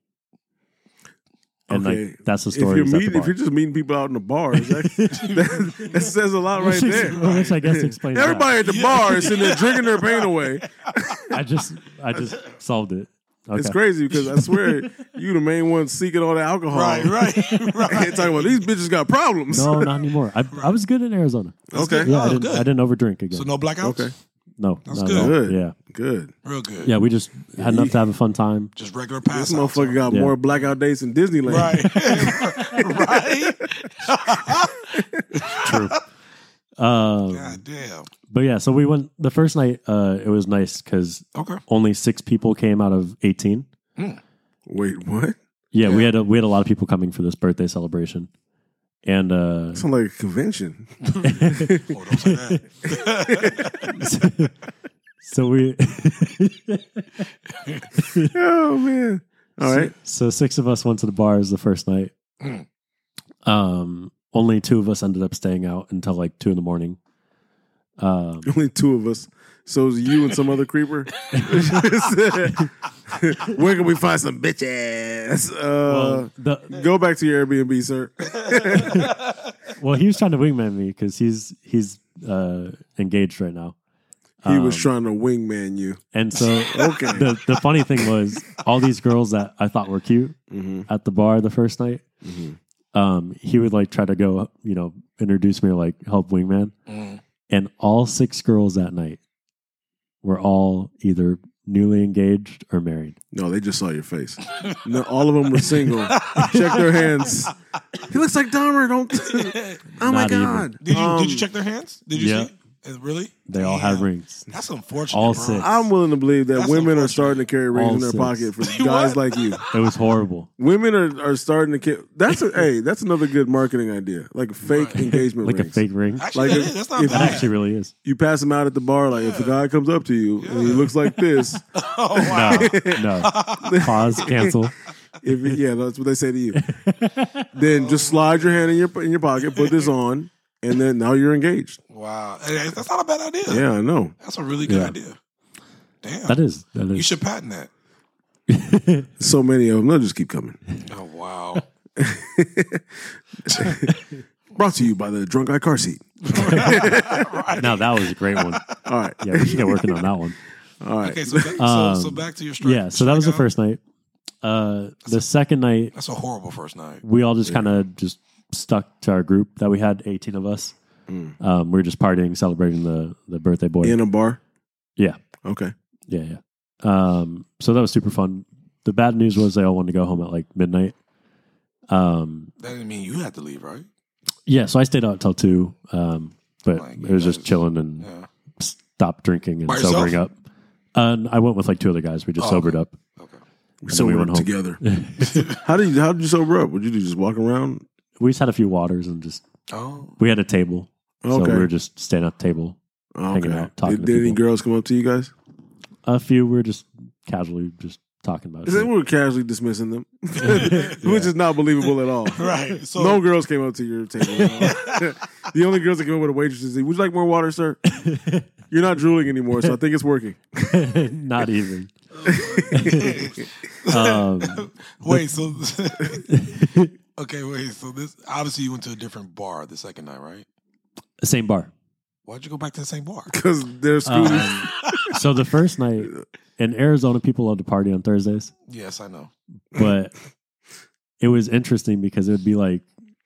Speaker 3: and
Speaker 1: Okay.
Speaker 3: like that's the
Speaker 1: If
Speaker 3: story.
Speaker 1: you're
Speaker 3: is at the
Speaker 1: meeting, if
Speaker 3: bar.
Speaker 1: you're just meeting people out in the bar, is that, that, that says a lot right
Speaker 3: Which ex-
Speaker 1: there.
Speaker 3: which I guess explains that.
Speaker 1: Everybody at the bar is sitting there drinking their pain away.
Speaker 3: I just I just solved it. Okay.
Speaker 1: It's crazy because I swear you the main one seeking all the alcohol.
Speaker 2: Right, right,
Speaker 1: And
Speaker 2: right.
Speaker 1: talking about these bitches got problems.
Speaker 3: No, not anymore. I, I was good in Arizona.
Speaker 1: okay,
Speaker 3: Yeah, I
Speaker 2: Oh,
Speaker 3: didn't.
Speaker 2: good.
Speaker 3: I didn't overdrink again.
Speaker 2: So no blackouts?
Speaker 1: Okay.
Speaker 3: no,
Speaker 2: That's
Speaker 3: not at
Speaker 2: good.
Speaker 3: all.
Speaker 1: Good.
Speaker 3: Yeah,
Speaker 1: good.
Speaker 2: Real good.
Speaker 3: yeah. We just had enough to have a fun time.
Speaker 2: Just regular pass.
Speaker 1: This motherfucker got
Speaker 3: Yeah.
Speaker 1: more blackout dates than Disneyland.
Speaker 2: Right. right.
Speaker 3: True. Um,
Speaker 2: God damn.
Speaker 3: But yeah, so we went the first night. Uh, it was nice because
Speaker 2: Okay.
Speaker 3: only six people came out of eighteen.
Speaker 1: Wait, what?
Speaker 3: Yeah, we
Speaker 2: Yeah.
Speaker 3: had a, we had a lot of people coming for this birthday celebration, and uh,
Speaker 1: Sound like a convention.
Speaker 2: Oh, don't say that.
Speaker 3: so we
Speaker 1: Oh man. All right.
Speaker 3: so six of us went to the bars the first night.
Speaker 2: Mm.
Speaker 3: Um, only two of us ended up staying out until like two in the morning. Um,
Speaker 1: Only two of us. So it's you and some other creeper. Where can we find some bitch ass? Uh,
Speaker 3: well, the,
Speaker 1: go back to your Airbnb, sir.
Speaker 3: well, he was trying to wingman me because he's he's uh, engaged right now.
Speaker 1: He was
Speaker 3: Um,
Speaker 1: trying to wingman you.
Speaker 3: and so
Speaker 1: Okay.
Speaker 3: the the funny thing was all these girls that I thought were cute
Speaker 1: Mhm.
Speaker 3: at the bar the first night.
Speaker 1: Mhm.
Speaker 3: Um, he would like try to go, you know, introduce me or like help wingman,
Speaker 2: Mm.
Speaker 3: and all six girls that night were all either newly engaged or married.
Speaker 1: No, they just saw your face. No, all of them were single. Check their hands. He looks like Dahmer. Don't. Oh my
Speaker 3: Not even.
Speaker 1: god.
Speaker 2: Did you
Speaker 1: Um,
Speaker 2: did you check their hands? Did you
Speaker 3: yeah.
Speaker 2: see? Uh, Really?
Speaker 3: They all have
Speaker 2: Damn.
Speaker 3: rings.
Speaker 2: That's unfortunate.
Speaker 3: All
Speaker 2: bro.
Speaker 3: six.
Speaker 1: I'm willing to believe that
Speaker 2: That's
Speaker 1: women are
Speaker 2: unfortunate.
Speaker 1: starting to carry rings
Speaker 3: All
Speaker 1: in their
Speaker 3: six.
Speaker 1: pocket for guys like you.
Speaker 3: It was horrible.
Speaker 1: Women are, are starting to carry. That's a, hey, that's another good marketing idea. Like fake
Speaker 2: Right.
Speaker 1: engagement
Speaker 3: like
Speaker 1: rings.
Speaker 3: a fake ring.
Speaker 2: Actually,
Speaker 1: Like,
Speaker 2: that is- that's not
Speaker 1: if-
Speaker 3: That
Speaker 2: bad.
Speaker 3: actually really is.
Speaker 1: You pass them out at the bar. Like if a guy comes up to you and he looks like this,
Speaker 2: oh wow.
Speaker 3: No, no. Pause. Cancel.
Speaker 1: if yeah, that's what they say to you. then just slide your hand in your in your pocket, put this on, and then now you're engaged.
Speaker 2: Wow. Hey, That's not a bad idea.
Speaker 1: Yeah, I know.
Speaker 2: That's a really good
Speaker 3: Yeah.
Speaker 2: idea. Damn.
Speaker 3: That is. That
Speaker 2: you
Speaker 3: is.
Speaker 2: should patent that.
Speaker 1: So many of them. They'll just keep coming.
Speaker 2: Oh wow.
Speaker 1: Brought to you by the drunk eye car seat.
Speaker 2: right.
Speaker 3: No, that was a great one.
Speaker 1: All right.
Speaker 3: Yeah, we should get working on that one.
Speaker 1: All right.
Speaker 2: Okay, so, back, so, so
Speaker 3: Um,
Speaker 2: back to your story.
Speaker 3: Yeah. So that was the first night. Uh, the second night,
Speaker 2: That's a horrible first night.
Speaker 3: we all just kind of just stuck to our group that we had 18 of us
Speaker 2: Hmm.
Speaker 3: um, we were just partying celebrating the the birthday boy
Speaker 1: In a bar.
Speaker 3: yeah
Speaker 1: Okay.
Speaker 3: yeah yeah um, so that was super fun the bad news was they all wanted to go home at like midnight um,
Speaker 2: That didn't mean you had to leave, right?
Speaker 3: yeah so i stayed out till two um, but
Speaker 2: Like,
Speaker 3: it was just
Speaker 2: guys-
Speaker 3: chilling and
Speaker 2: Yeah.
Speaker 3: stopped drinking and
Speaker 2: By yourself?
Speaker 3: sobering up and i went with like two other guys we just
Speaker 2: Oh,
Speaker 3: sobered
Speaker 2: okay.
Speaker 3: up
Speaker 2: Okay.
Speaker 1: We
Speaker 3: then
Speaker 1: sobered
Speaker 3: we went
Speaker 1: up
Speaker 3: home.
Speaker 1: together. how did you how did you sober up? Would you do just walk around?
Speaker 3: we just had a few waters and just
Speaker 2: Oh.
Speaker 3: we had a table so
Speaker 1: Okay.
Speaker 3: we were just staying at the table
Speaker 1: okay.
Speaker 3: out, talking
Speaker 1: did
Speaker 3: to
Speaker 1: did any
Speaker 3: people.
Speaker 1: girls come up to you guys?
Speaker 3: a few we were just casually just talking about
Speaker 1: Is that
Speaker 3: shit.
Speaker 1: we were casually dismissing them, which is not believable at all.
Speaker 2: Right. So
Speaker 1: no girls came up to your table. at all. the only girls that came up with a waitress is, "Would you like more water, sir?" You're not drooling anymore, so I think it's working.
Speaker 3: not even. um,
Speaker 2: wait, so Okay, wait. So this obviously you went to a different bar the second night, right?
Speaker 3: same bar.
Speaker 2: Why'd you go back to the same bar?
Speaker 1: Because they're scooting.
Speaker 3: Um, so the first night in Arizona, people love to party on Thursdays,
Speaker 2: yes, I know.
Speaker 3: but it was interesting because it would be like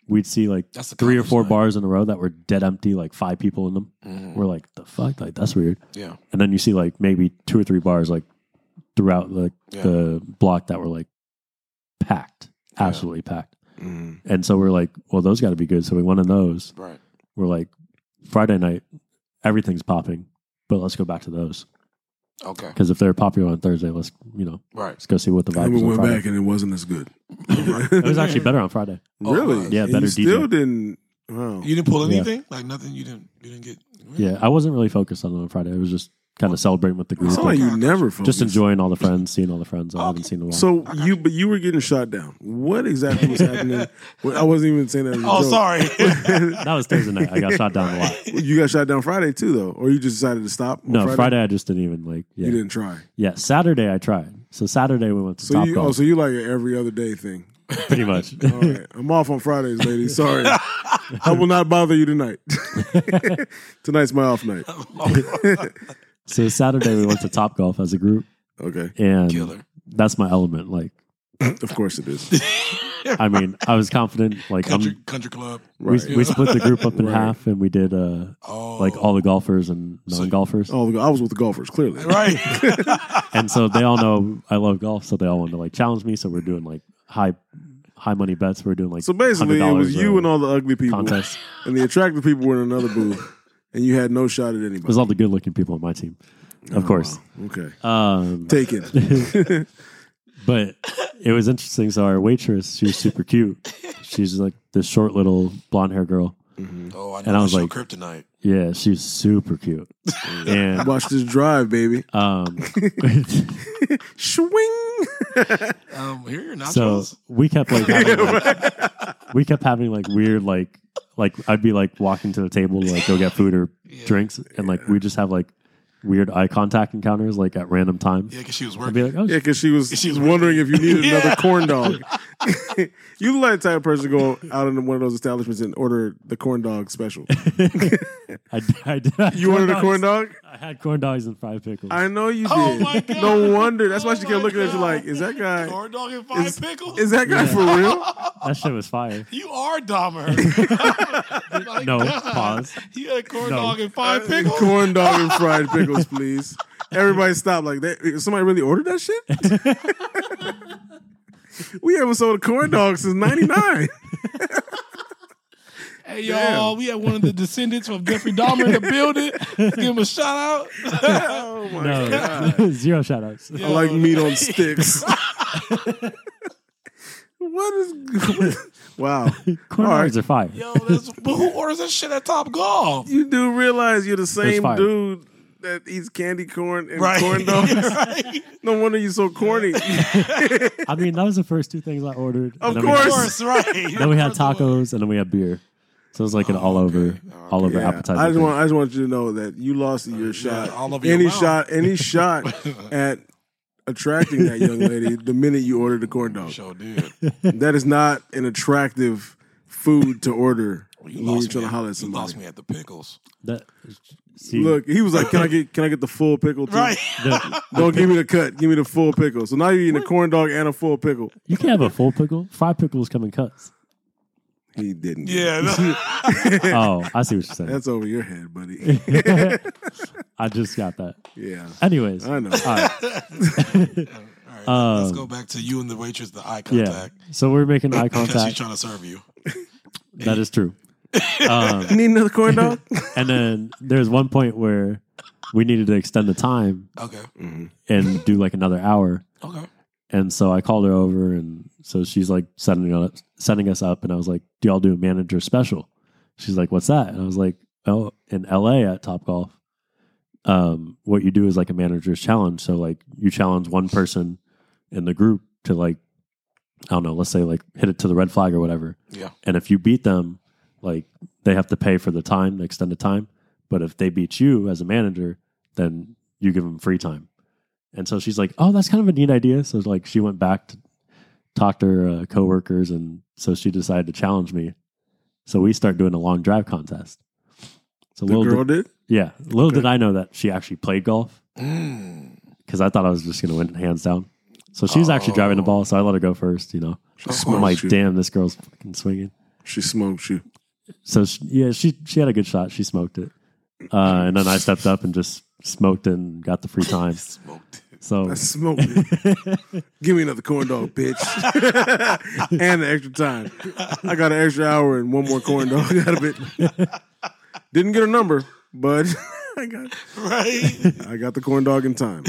Speaker 3: we'd see like
Speaker 2: That's the
Speaker 3: three or four
Speaker 2: college night.
Speaker 3: bars in a row that were dead empty, like five people in them.
Speaker 2: Mhm.
Speaker 3: We're like, the fuck, like that's weird.
Speaker 2: Yeah.
Speaker 3: And then you see like maybe two or three bars like throughout like
Speaker 2: Yeah.
Speaker 3: the block that were like packed, absolutely packed.
Speaker 1: Mm.
Speaker 3: And so we're like, well, those got to be good. So we went in those.
Speaker 2: Right.
Speaker 3: we're like Friday night, everything's popping, but let's go back to those
Speaker 2: Okay.
Speaker 3: because if they're popular on Thursday, let's you know
Speaker 2: Right.
Speaker 3: let's go see what the
Speaker 1: And
Speaker 3: vibe
Speaker 1: we
Speaker 3: is on
Speaker 1: went
Speaker 3: Friday.
Speaker 1: back, and it wasn't as good.
Speaker 3: It was actually better on Friday.
Speaker 2: Oh,
Speaker 1: really?
Speaker 2: wow.
Speaker 3: Yeah,
Speaker 1: And
Speaker 3: better
Speaker 1: You
Speaker 3: DJ.
Speaker 1: still didn't. Wow.
Speaker 2: You didn't pull
Speaker 3: Yeah.
Speaker 2: anything? Like nothing you didn't you didn't get
Speaker 3: Yeah, I wasn't really focused on it on Friday. It was just kind of celebrating with the group,
Speaker 1: It's not
Speaker 3: like,
Speaker 1: like you never focus.
Speaker 3: just enjoying all the friends, seeing all the friends I haven't seen in a while.
Speaker 1: So you, but you were getting shot down. What exactly was happening? Well, I wasn't even saying that. As a
Speaker 2: Oh,
Speaker 1: joke.
Speaker 2: sorry.
Speaker 3: that was Thursday night. I got shot down a lot.
Speaker 1: You got shot down Friday too, though, or you just decided to stop? on
Speaker 3: No, Friday? I just didn't even like. Yeah,
Speaker 1: you didn't try.
Speaker 3: yeah. Saturday I tried. So Saturday we went to
Speaker 1: So
Speaker 3: Top
Speaker 1: you, oh, so you like an every other day thing.
Speaker 3: pretty much.
Speaker 1: All right. I'm off on Fridays, ladies. Sorry. I will not bother you tonight. Tonight's my off night.
Speaker 3: so Saturday we went to Top Golf as a group,
Speaker 1: Okay.
Speaker 3: and
Speaker 2: Killer.
Speaker 3: that's my element. Like,
Speaker 1: Of course it is.
Speaker 3: I mean, I was confident. Like, I'm,
Speaker 2: Country, country club.
Speaker 3: we,
Speaker 1: Right.
Speaker 3: we split the group up in
Speaker 1: Right.
Speaker 3: half, and we did uh,
Speaker 2: Oh,
Speaker 3: like all the golfers and non-golfers,
Speaker 1: Oh, I was with the golfers, clearly.
Speaker 2: right.
Speaker 3: and so they all know I love golf, so they all wanted to like challenge me. So we're doing like high, high money bets. We're doing like
Speaker 1: So basically, it was you and all the ugly people,
Speaker 3: contests.
Speaker 1: and the attractive people were in another booth, and you had no shot at anybody.
Speaker 3: It was all the good-looking people on my team,
Speaker 1: Oh,
Speaker 3: of course.
Speaker 1: okay.
Speaker 3: Um,
Speaker 1: Take
Speaker 2: Mm-hmm.
Speaker 1: it.
Speaker 3: but it was interesting. So our waitress, she was super cute. She's like this short little blonde hair girl.
Speaker 2: Oh, I know.
Speaker 3: And I was
Speaker 2: the show
Speaker 3: like-
Speaker 2: Kryptonite.
Speaker 3: Yeah, she's super cute. And
Speaker 1: Watch this drive, baby.
Speaker 3: um,
Speaker 1: Swing.
Speaker 2: Um, here are your
Speaker 3: so
Speaker 2: nachos.
Speaker 3: we kept like, having, like we kept having like weird like like I'd be like walking to the table to like go get food or
Speaker 2: Yeah.
Speaker 3: drinks, and like we just have like weird eye contact encounters like at random times.
Speaker 2: yeah, because she was
Speaker 3: I'd be
Speaker 2: working.
Speaker 3: like, oh,
Speaker 1: Yeah, because she was,
Speaker 2: She was
Speaker 1: wondering if you needed
Speaker 2: Yeah.
Speaker 1: another corn dog. you look like the type of person to go out into one of those establishments and order the corn dog special.
Speaker 3: I, I did. I had
Speaker 1: You ordered a
Speaker 3: dogs.
Speaker 1: corn dog?
Speaker 3: I had corn dogs and fried pickles.
Speaker 1: I know you did.
Speaker 2: Oh my God.
Speaker 1: No wonder. That's why she
Speaker 2: Oh
Speaker 1: kept
Speaker 2: my
Speaker 1: looking at you
Speaker 2: God.
Speaker 1: like, is that guy
Speaker 2: Corn dog and five
Speaker 1: Is-
Speaker 2: pickles.
Speaker 1: is that guy for real?
Speaker 3: that shit was fire.
Speaker 2: you are Dahmer. My
Speaker 3: No,
Speaker 2: God.
Speaker 3: pause.
Speaker 2: You had a corn
Speaker 3: No.
Speaker 2: dog and five pickles.
Speaker 1: Uh, Corn dog and fried pickles, please. Everybody stop. Like that somebody really ordered that shit? we haven't sold a corn dog since ninety nine.
Speaker 2: Hey y'all, we had one of the descendants from Jeffrey Dahmer in the building. Let's give him a shout out.
Speaker 1: Oh my god.
Speaker 3: No, zero shout outs.
Speaker 1: I like meat on sticks. what is Wow.
Speaker 3: Corn
Speaker 1: All right.
Speaker 3: dogs are fire.
Speaker 2: Yo, that's, but who orders that shit at Top Golf?
Speaker 1: You do realize you're the same
Speaker 3: fire.
Speaker 1: dude that eats candy corn and
Speaker 2: Right.
Speaker 1: corn dogs.
Speaker 2: Right?
Speaker 1: No wonder you're so corny.
Speaker 3: I mean, that was the first two things I ordered.
Speaker 1: Of
Speaker 3: And then
Speaker 2: Of
Speaker 1: course.
Speaker 2: course, right.
Speaker 3: We, then we had tacos, and then we had beer. So it was like an all over, all over
Speaker 1: Oh, Yeah.
Speaker 3: appetizer.
Speaker 1: I just
Speaker 3: thing.
Speaker 1: want I just want you to know that you lost your shot.
Speaker 2: Uh, all over your
Speaker 1: any
Speaker 2: mouth.
Speaker 1: shot, any shot at attracting that young lady the minute you ordered the corn dog.
Speaker 2: Sure did.
Speaker 1: That is not an attractive food to order
Speaker 2: You
Speaker 1: when you're
Speaker 2: lost,
Speaker 1: trying to
Speaker 2: me at,
Speaker 1: holler at
Speaker 2: you lost
Speaker 1: somebody.
Speaker 2: me at the pickles.
Speaker 3: That- see,
Speaker 1: Look, he was like, "Can I get can I get the full pickle? Too?
Speaker 2: Right.
Speaker 3: the-
Speaker 1: Don't give me the cut. Give me the full pickle." So now you're eating a corn dog and a full pickle.
Speaker 3: you can have a full pickle. Fried pickles come in cuts.
Speaker 1: He didn't.
Speaker 2: Yeah. that-
Speaker 3: Oh, I see what you're saying.
Speaker 1: That's over your head, buddy.
Speaker 3: I just got that.
Speaker 1: yeah,
Speaker 3: Anyways,
Speaker 1: I know.
Speaker 2: Uh,
Speaker 3: all right,
Speaker 2: All right, let's go back to you and the waitress, the eye
Speaker 3: Um, yeah.
Speaker 2: contact.
Speaker 3: So we're making eye
Speaker 2: Because she's
Speaker 3: contact.
Speaker 2: trying to serve you.
Speaker 3: That is true. Um,
Speaker 1: Need another corn dog?
Speaker 3: and then there's one point where we needed to extend the time
Speaker 2: Okay.
Speaker 3: and do like another hour.
Speaker 2: Okay.
Speaker 3: And so I called her over, and so she's like setting up, setting us up, and I was like, "Do y'all do a manager special?" She's like, "What's that?" And I was like, "Oh, in L.A. at Top Golf, um, what you do is like a manager's challenge. So like you challenge one person in the group to like, I don't know, let's say like hit it to the red flag or whatever.
Speaker 2: Yeah.
Speaker 3: And if you beat them, like they have to pay for the time, the extended time. But if they beat you as a manager, then you give them free time. And so she's like, "Oh, that's kind of a neat idea." So like she went back to talk to her uh, coworkers, and so she decided to challenge me. So we start doing a long drive contest.
Speaker 1: The
Speaker 3: So little
Speaker 1: girl did.
Speaker 3: did, yeah, little
Speaker 1: Okay.
Speaker 3: did I know that she actually played golf
Speaker 2: Mm.
Speaker 3: because I thought I was just going to win hands down. So she was actually driving the
Speaker 2: Oh.
Speaker 3: ball, so I let her go first. You know,
Speaker 1: She
Speaker 3: I'm like,
Speaker 1: smoked you.
Speaker 3: "Damn, this girl's fucking swinging."
Speaker 1: She smoked you.
Speaker 3: so she, yeah, she she had a good shot. She smoked it, uh, and then I stepped up and just smoked it and got the free time.
Speaker 2: Smoked. it.
Speaker 3: So
Speaker 1: I smoked it. Give me another corn dog, bitch. and the extra time. I got an extra hour and one more corn dog out of it. Didn't get a number, but I got
Speaker 2: Right?
Speaker 1: I got the corn dog in time.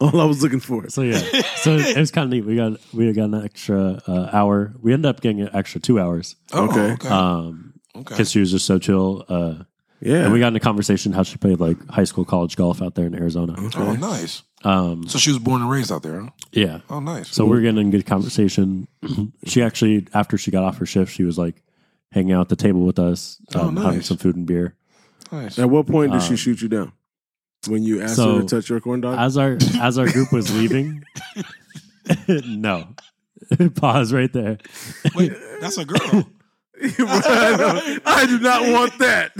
Speaker 1: All I was looking for.
Speaker 3: so yeah, so it was kind of neat. We got we got an extra uh, hour. We ended up getting an extra two hours
Speaker 2: Oh,
Speaker 1: Okay.
Speaker 3: Um,
Speaker 2: Okay.
Speaker 3: because
Speaker 2: okay.
Speaker 3: she was just so chill. Uh,
Speaker 1: Yeah.
Speaker 3: And we got in a conversation how she played like high school, college golf out there in Arizona.
Speaker 1: Okay.
Speaker 2: Oh, nice.
Speaker 3: Um,
Speaker 2: So she was born and raised out there. Huh?
Speaker 3: yeah.
Speaker 2: Oh, nice.
Speaker 3: So we're getting in good conversation. she actually, after she got off her shift, she was like hanging out at the table with us,
Speaker 2: Oh,
Speaker 3: um, having
Speaker 2: nice.
Speaker 3: some food and beer.
Speaker 2: nice.
Speaker 1: At what point did she
Speaker 3: Um,
Speaker 1: shoot you down? When you asked her to
Speaker 3: so-
Speaker 1: touch your corn dog?
Speaker 3: As our as our group was leaving, no, pause right there.
Speaker 2: Wait, that's a girl.
Speaker 1: I, know. I do not want that.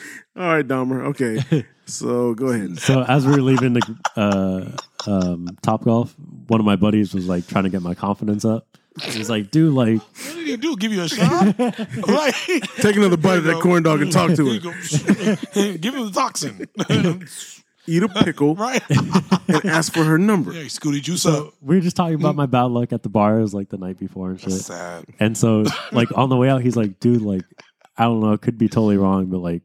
Speaker 1: All right, Dahmer. Okay. So go ahead.
Speaker 3: So as we were leaving the uh, um, Top Golf, one of my buddies was like trying to get my confidence up. He was like, "Dude, like,
Speaker 2: What did he do? Give you a shot? like,
Speaker 1: Take another bite of that corn dog and talk to
Speaker 2: you
Speaker 1: her.
Speaker 2: go, give him the toxin.
Speaker 1: Eat a pickle
Speaker 2: right?
Speaker 1: and ask for her number.
Speaker 2: Hey, Scooty Juice up.
Speaker 3: we were just talking about my bad luck at the bar. It was like the night before and shit."
Speaker 2: Sad.
Speaker 3: And so, like on the way out, he's like, "Dude, like, I don't know. It could be totally wrong, but like,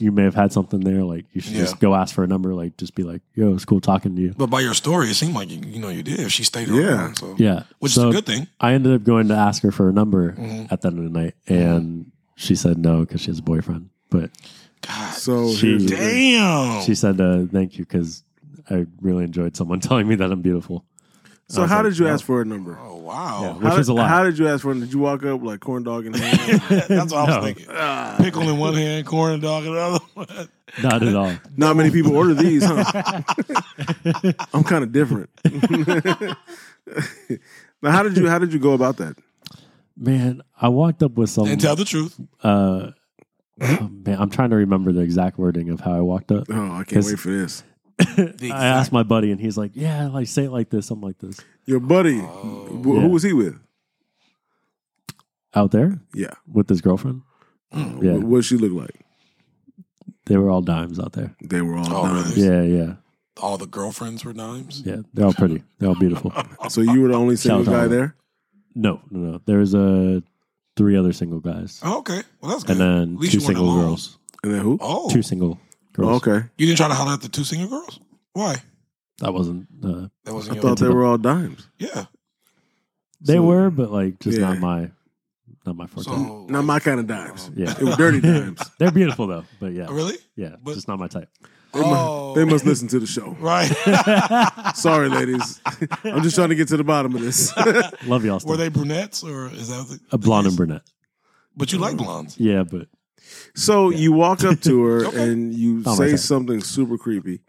Speaker 3: you may have had something there. Like, you should
Speaker 2: Yeah.
Speaker 3: just go ask for a number. Like, just be like, yo, it's cool talking to you.'"
Speaker 2: But by your story, it seemed like you, you know you did. She stayed
Speaker 1: Yeah.
Speaker 2: around, so
Speaker 3: Yeah,
Speaker 2: which
Speaker 3: So-
Speaker 2: is a good thing.
Speaker 3: I ended up going to ask her for a number
Speaker 2: Mhm.
Speaker 3: at the end of the night, and she said no because she has a boyfriend. But
Speaker 2: God,
Speaker 1: So
Speaker 3: She-
Speaker 1: here's the thing.
Speaker 2: damn.
Speaker 3: she said uh, thank you because I really enjoyed someone telling me that I'm beautiful,
Speaker 1: So how did you ask for her number?
Speaker 2: oh wow,
Speaker 3: which
Speaker 1: how
Speaker 3: is
Speaker 1: did,
Speaker 3: a lot.
Speaker 1: How did you ask for? Did you walk up like corn dog in hand? Ah,
Speaker 2: that's what
Speaker 3: No.
Speaker 2: I was thinking. Pickle in one hand, corn dog in the other. One.
Speaker 3: Not at all.
Speaker 1: Not many people order these, huh? I'm kind of different. now, how did you how did you go about that?
Speaker 3: Man, I walked up with some.
Speaker 2: And tell the truth.
Speaker 3: Uh, oh, man, I'm trying to remember the exact wording of how I walked up.
Speaker 1: Oh, I can't
Speaker 3: Yes.
Speaker 1: wait for this.
Speaker 2: The
Speaker 3: I asked my buddy, and he's like, "Yeah, like say it like this, something like this."
Speaker 1: Your buddy,
Speaker 2: Oh.
Speaker 1: wh-
Speaker 3: Yeah.
Speaker 1: who was he with?
Speaker 3: Out there
Speaker 1: Yeah.
Speaker 3: with his girlfriend, Yeah.
Speaker 1: What what she look like?
Speaker 3: they were all dimes out there.
Speaker 1: They were all
Speaker 2: Oh,
Speaker 1: dimes.
Speaker 2: really?
Speaker 3: Yeah, yeah,
Speaker 2: all the girlfriends were dimes.
Speaker 3: yeah. They're all pretty. They're all beautiful.
Speaker 1: So you were the only single
Speaker 3: Shout
Speaker 1: guy
Speaker 3: out.
Speaker 1: there.
Speaker 3: No, no, no. There's uh, three other single guys,
Speaker 2: Oh, okay, well that's good.
Speaker 3: and then
Speaker 2: At least
Speaker 3: two
Speaker 2: you weren't
Speaker 3: single
Speaker 2: alone.
Speaker 3: girls.
Speaker 1: And then who?
Speaker 2: Oh,
Speaker 3: Two single girls.
Speaker 1: Oh, okay.
Speaker 2: you didn't try to holler at the two single girls. Why?
Speaker 3: That wasn't. Uh,
Speaker 2: That
Speaker 1: I
Speaker 2: wasn't your
Speaker 1: thought they were all dimes.
Speaker 2: yeah.
Speaker 3: they
Speaker 1: So-
Speaker 3: were, but like just
Speaker 1: Yeah.
Speaker 3: not my, not my forte.
Speaker 2: So
Speaker 1: Not my kind of dimes.
Speaker 3: yeah,
Speaker 1: It was dirty dimes.
Speaker 3: they're beautiful though. But yeah,
Speaker 2: Oh, really?
Speaker 3: yeah,
Speaker 2: But-
Speaker 3: just not my type.
Speaker 1: They, mu-
Speaker 2: Oh.
Speaker 1: they must listen to the show.
Speaker 2: Right.
Speaker 1: Sorry, ladies. I'm just trying to get to the bottom of this.
Speaker 3: Love y'all.
Speaker 2: were
Speaker 3: Still.
Speaker 2: they brunettes or is that the,
Speaker 3: A blonde and brunette.
Speaker 2: But you like blondes.
Speaker 3: Yeah, but
Speaker 1: so you walk up to her
Speaker 2: Okay.
Speaker 1: and you
Speaker 3: Oh, my Mm-hmm.
Speaker 1: say
Speaker 3: God.
Speaker 1: something super creepy.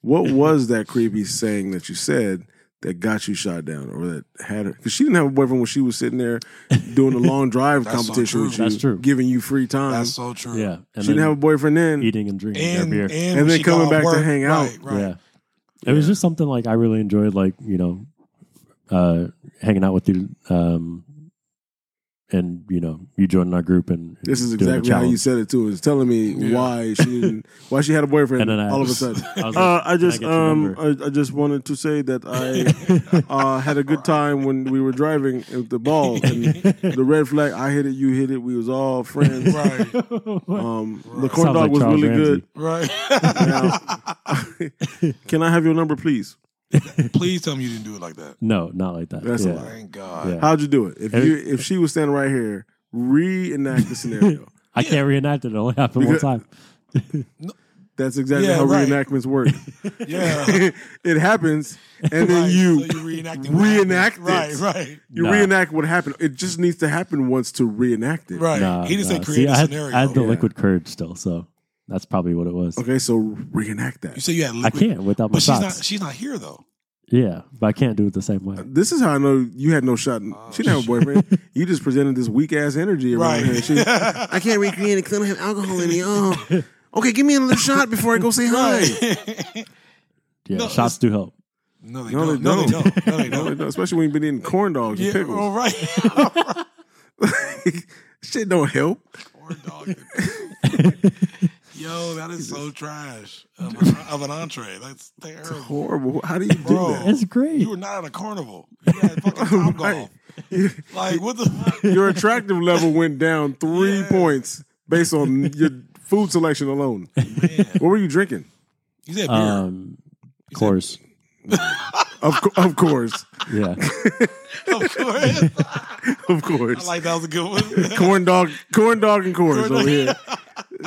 Speaker 1: What was that creepy saying that you said that got you shot down or that had her? Because she didn't have a boyfriend when she was sitting there doing the long drive
Speaker 2: That's so
Speaker 1: competition
Speaker 2: true.
Speaker 1: with you,
Speaker 3: That's true.
Speaker 1: giving you free time.
Speaker 2: That's so true.
Speaker 3: yeah, and
Speaker 1: she didn't have a boyfriend then.
Speaker 3: eating and drinking
Speaker 2: And
Speaker 3: their
Speaker 2: and,
Speaker 3: beer.
Speaker 2: when
Speaker 1: then
Speaker 2: she
Speaker 1: coming
Speaker 2: called
Speaker 1: back to
Speaker 2: work.
Speaker 1: hang out.
Speaker 2: Right, right.
Speaker 3: Yeah, it was just something like I really enjoyed, like you know, uh, hanging out with you, um, and you know, you joining our group and
Speaker 1: This is
Speaker 3: doing the
Speaker 1: exactly how you
Speaker 3: challenge.
Speaker 1: said it too. It's telling me
Speaker 2: Yeah.
Speaker 1: why she didn't, why she had a boyfriend
Speaker 3: And then I-
Speaker 1: all of a sudden.
Speaker 3: I was like,
Speaker 1: Uh, I
Speaker 3: "Can
Speaker 1: just
Speaker 3: get your
Speaker 1: um
Speaker 3: number?"
Speaker 1: I, I just wanted to say that I uh, had a good time when we were driving with the ball and the red flag. I hit it, you hit it. We was all friends.
Speaker 2: Right.
Speaker 1: Um, the corn
Speaker 2: Right.
Speaker 3: Sounds
Speaker 1: dog
Speaker 3: like
Speaker 1: was
Speaker 3: Charles
Speaker 1: really
Speaker 3: Ramsey.
Speaker 2: Right.
Speaker 1: good. Can I have your number, please?
Speaker 2: Please tell me you didn't do it like that.
Speaker 3: no, not like that.
Speaker 1: That's a
Speaker 3: yeah.
Speaker 1: lie.
Speaker 2: Thank God.
Speaker 3: Yeah.
Speaker 1: How'd you do it? If
Speaker 3: Every-
Speaker 1: you if she was standing right here, reenact the scenario.
Speaker 3: I can't reenact it. It only happened
Speaker 1: Because-
Speaker 3: one time.
Speaker 1: That's exactly
Speaker 2: Yeah,
Speaker 1: how
Speaker 2: right.
Speaker 1: reenactments work.
Speaker 2: Yeah.
Speaker 1: it happens, and then
Speaker 2: Right,
Speaker 1: you
Speaker 2: so you reenacting what
Speaker 1: reenact it.
Speaker 2: happened. Right, right.
Speaker 1: You
Speaker 3: Nah.
Speaker 1: reenact what happened. It just needs to happen once to reenact it.
Speaker 2: Right.
Speaker 3: Nah,
Speaker 2: he just
Speaker 3: nah.
Speaker 2: said create
Speaker 3: See,
Speaker 2: a
Speaker 3: I had,
Speaker 2: scenario.
Speaker 3: I had the
Speaker 1: Yeah.
Speaker 3: liquid courage still, so that's probably what it was.
Speaker 1: Okay, so reenact
Speaker 2: you
Speaker 1: that.
Speaker 2: said you had
Speaker 3: I
Speaker 2: liquid.
Speaker 3: can't without my
Speaker 2: But she's not
Speaker 3: socks.
Speaker 2: she's not here though.
Speaker 3: yeah, but I can't do it the same way.
Speaker 1: This is how I know you had no shot. in she didn't have a boyfriend. you just presented this weak ass energy around
Speaker 2: Oh. Right.
Speaker 1: her. She, I can't recreate it because I don't have alcohol in me. Oh. Okay, give me another shot before I go say hi.
Speaker 3: Yeah,
Speaker 2: No,
Speaker 3: shots do help.
Speaker 2: no, they
Speaker 1: No,
Speaker 2: don't. No, they don't. No, they
Speaker 1: No,
Speaker 2: don't.
Speaker 1: no, especially when you've been eating corn dogs
Speaker 2: Yeah, oh.
Speaker 1: and
Speaker 2: all
Speaker 1: pickles.
Speaker 2: right.
Speaker 1: Shit don't help.
Speaker 2: Corn dog. Yo, that is so trash of an, of an entree. That's terrible.
Speaker 1: Horrible. How do you do
Speaker 2: Bro.
Speaker 1: that?
Speaker 3: It's great.
Speaker 2: You were not at a carnival. You were at fucking Top Golf. Like what the? fuck?
Speaker 1: Your attractive level went down three
Speaker 2: Yeah.
Speaker 1: points based on your food selection alone. What were you drinking?
Speaker 2: You said beer.
Speaker 3: um, of course.
Speaker 1: Of, co- of course.
Speaker 3: Yeah,
Speaker 2: of course.
Speaker 1: Of
Speaker 2: I
Speaker 1: course.
Speaker 2: like that was a good one.
Speaker 1: corn dog, corn dog, and chorus
Speaker 2: Corn dog.
Speaker 1: over here.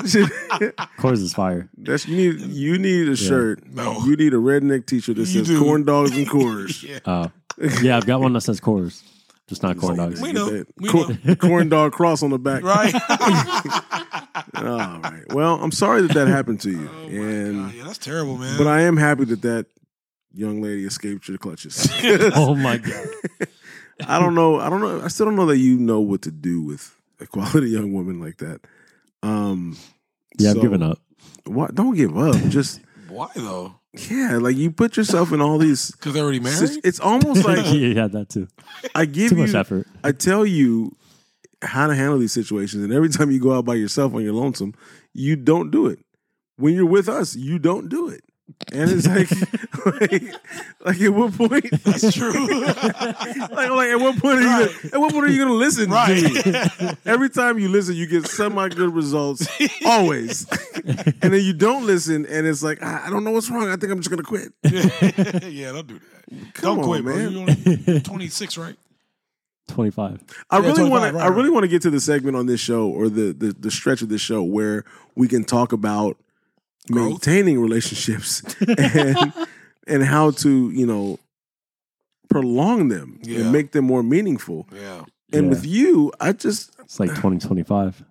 Speaker 3: Coors is fire.
Speaker 1: That's you need you need a shirt.
Speaker 2: No.
Speaker 1: You need a redneck t-shirt that
Speaker 2: You
Speaker 1: says
Speaker 2: do.
Speaker 1: corn dogs and Coors.
Speaker 2: Yeah.
Speaker 3: Uh, yeah, I've got one that says Coors, just not corn dogs.
Speaker 2: We know. We
Speaker 1: corn, corn dog cross on the back.
Speaker 2: Right?
Speaker 1: All right. Well, I'm sorry that that happened to you,
Speaker 2: Oh my
Speaker 1: and
Speaker 2: God, yeah, that's terrible, man.
Speaker 1: but I am happy that that young lady escaped your clutches.
Speaker 3: Oh my god!
Speaker 1: I don't know. I don't know. I still don't know that you know what to do with a quality young woman like that. Um,
Speaker 3: Yeah,
Speaker 1: so-
Speaker 3: I've given up.
Speaker 1: What? Don't give up. Just
Speaker 2: Why though?
Speaker 1: yeah, like you put yourself in all these.
Speaker 2: Because they're already married.
Speaker 1: It's, it's almost like
Speaker 3: yeah, that too.
Speaker 1: I give
Speaker 3: Too much
Speaker 1: you,
Speaker 3: effort.
Speaker 1: I tell you how to handle these situations, and every time you go out by yourself on your lonesome, you don't do it. When you're with us, you don't do it, and it's like, like, like at what point?
Speaker 2: That's true.
Speaker 1: Like, like at what point are you? Gonna, at what point are you going to listen to me?
Speaker 2: right.
Speaker 1: Every time you listen, you get semi good results, always. and then you don't listen, and it's like, I, I don't know what's wrong. I think I'm just gonna quit.
Speaker 2: yeah, don't do that.
Speaker 1: Come
Speaker 2: don't
Speaker 1: on,
Speaker 2: quit,
Speaker 1: man.
Speaker 2: bro. You're only 26, right?
Speaker 3: Twenty-five.
Speaker 1: I
Speaker 2: Yeah,
Speaker 1: really
Speaker 2: 25,
Speaker 1: want
Speaker 2: right,
Speaker 1: to. I
Speaker 2: right.
Speaker 1: really want to get to the segment on this show or the the, the stretch of this show where we can talk about
Speaker 2: Growth.
Speaker 1: maintaining relationships and and how to you know prolong them
Speaker 2: Yeah.
Speaker 1: and make them more meaningful.
Speaker 2: Yeah.
Speaker 1: And
Speaker 3: Yeah.
Speaker 1: with you, I just
Speaker 3: It's like twenty twenty-five.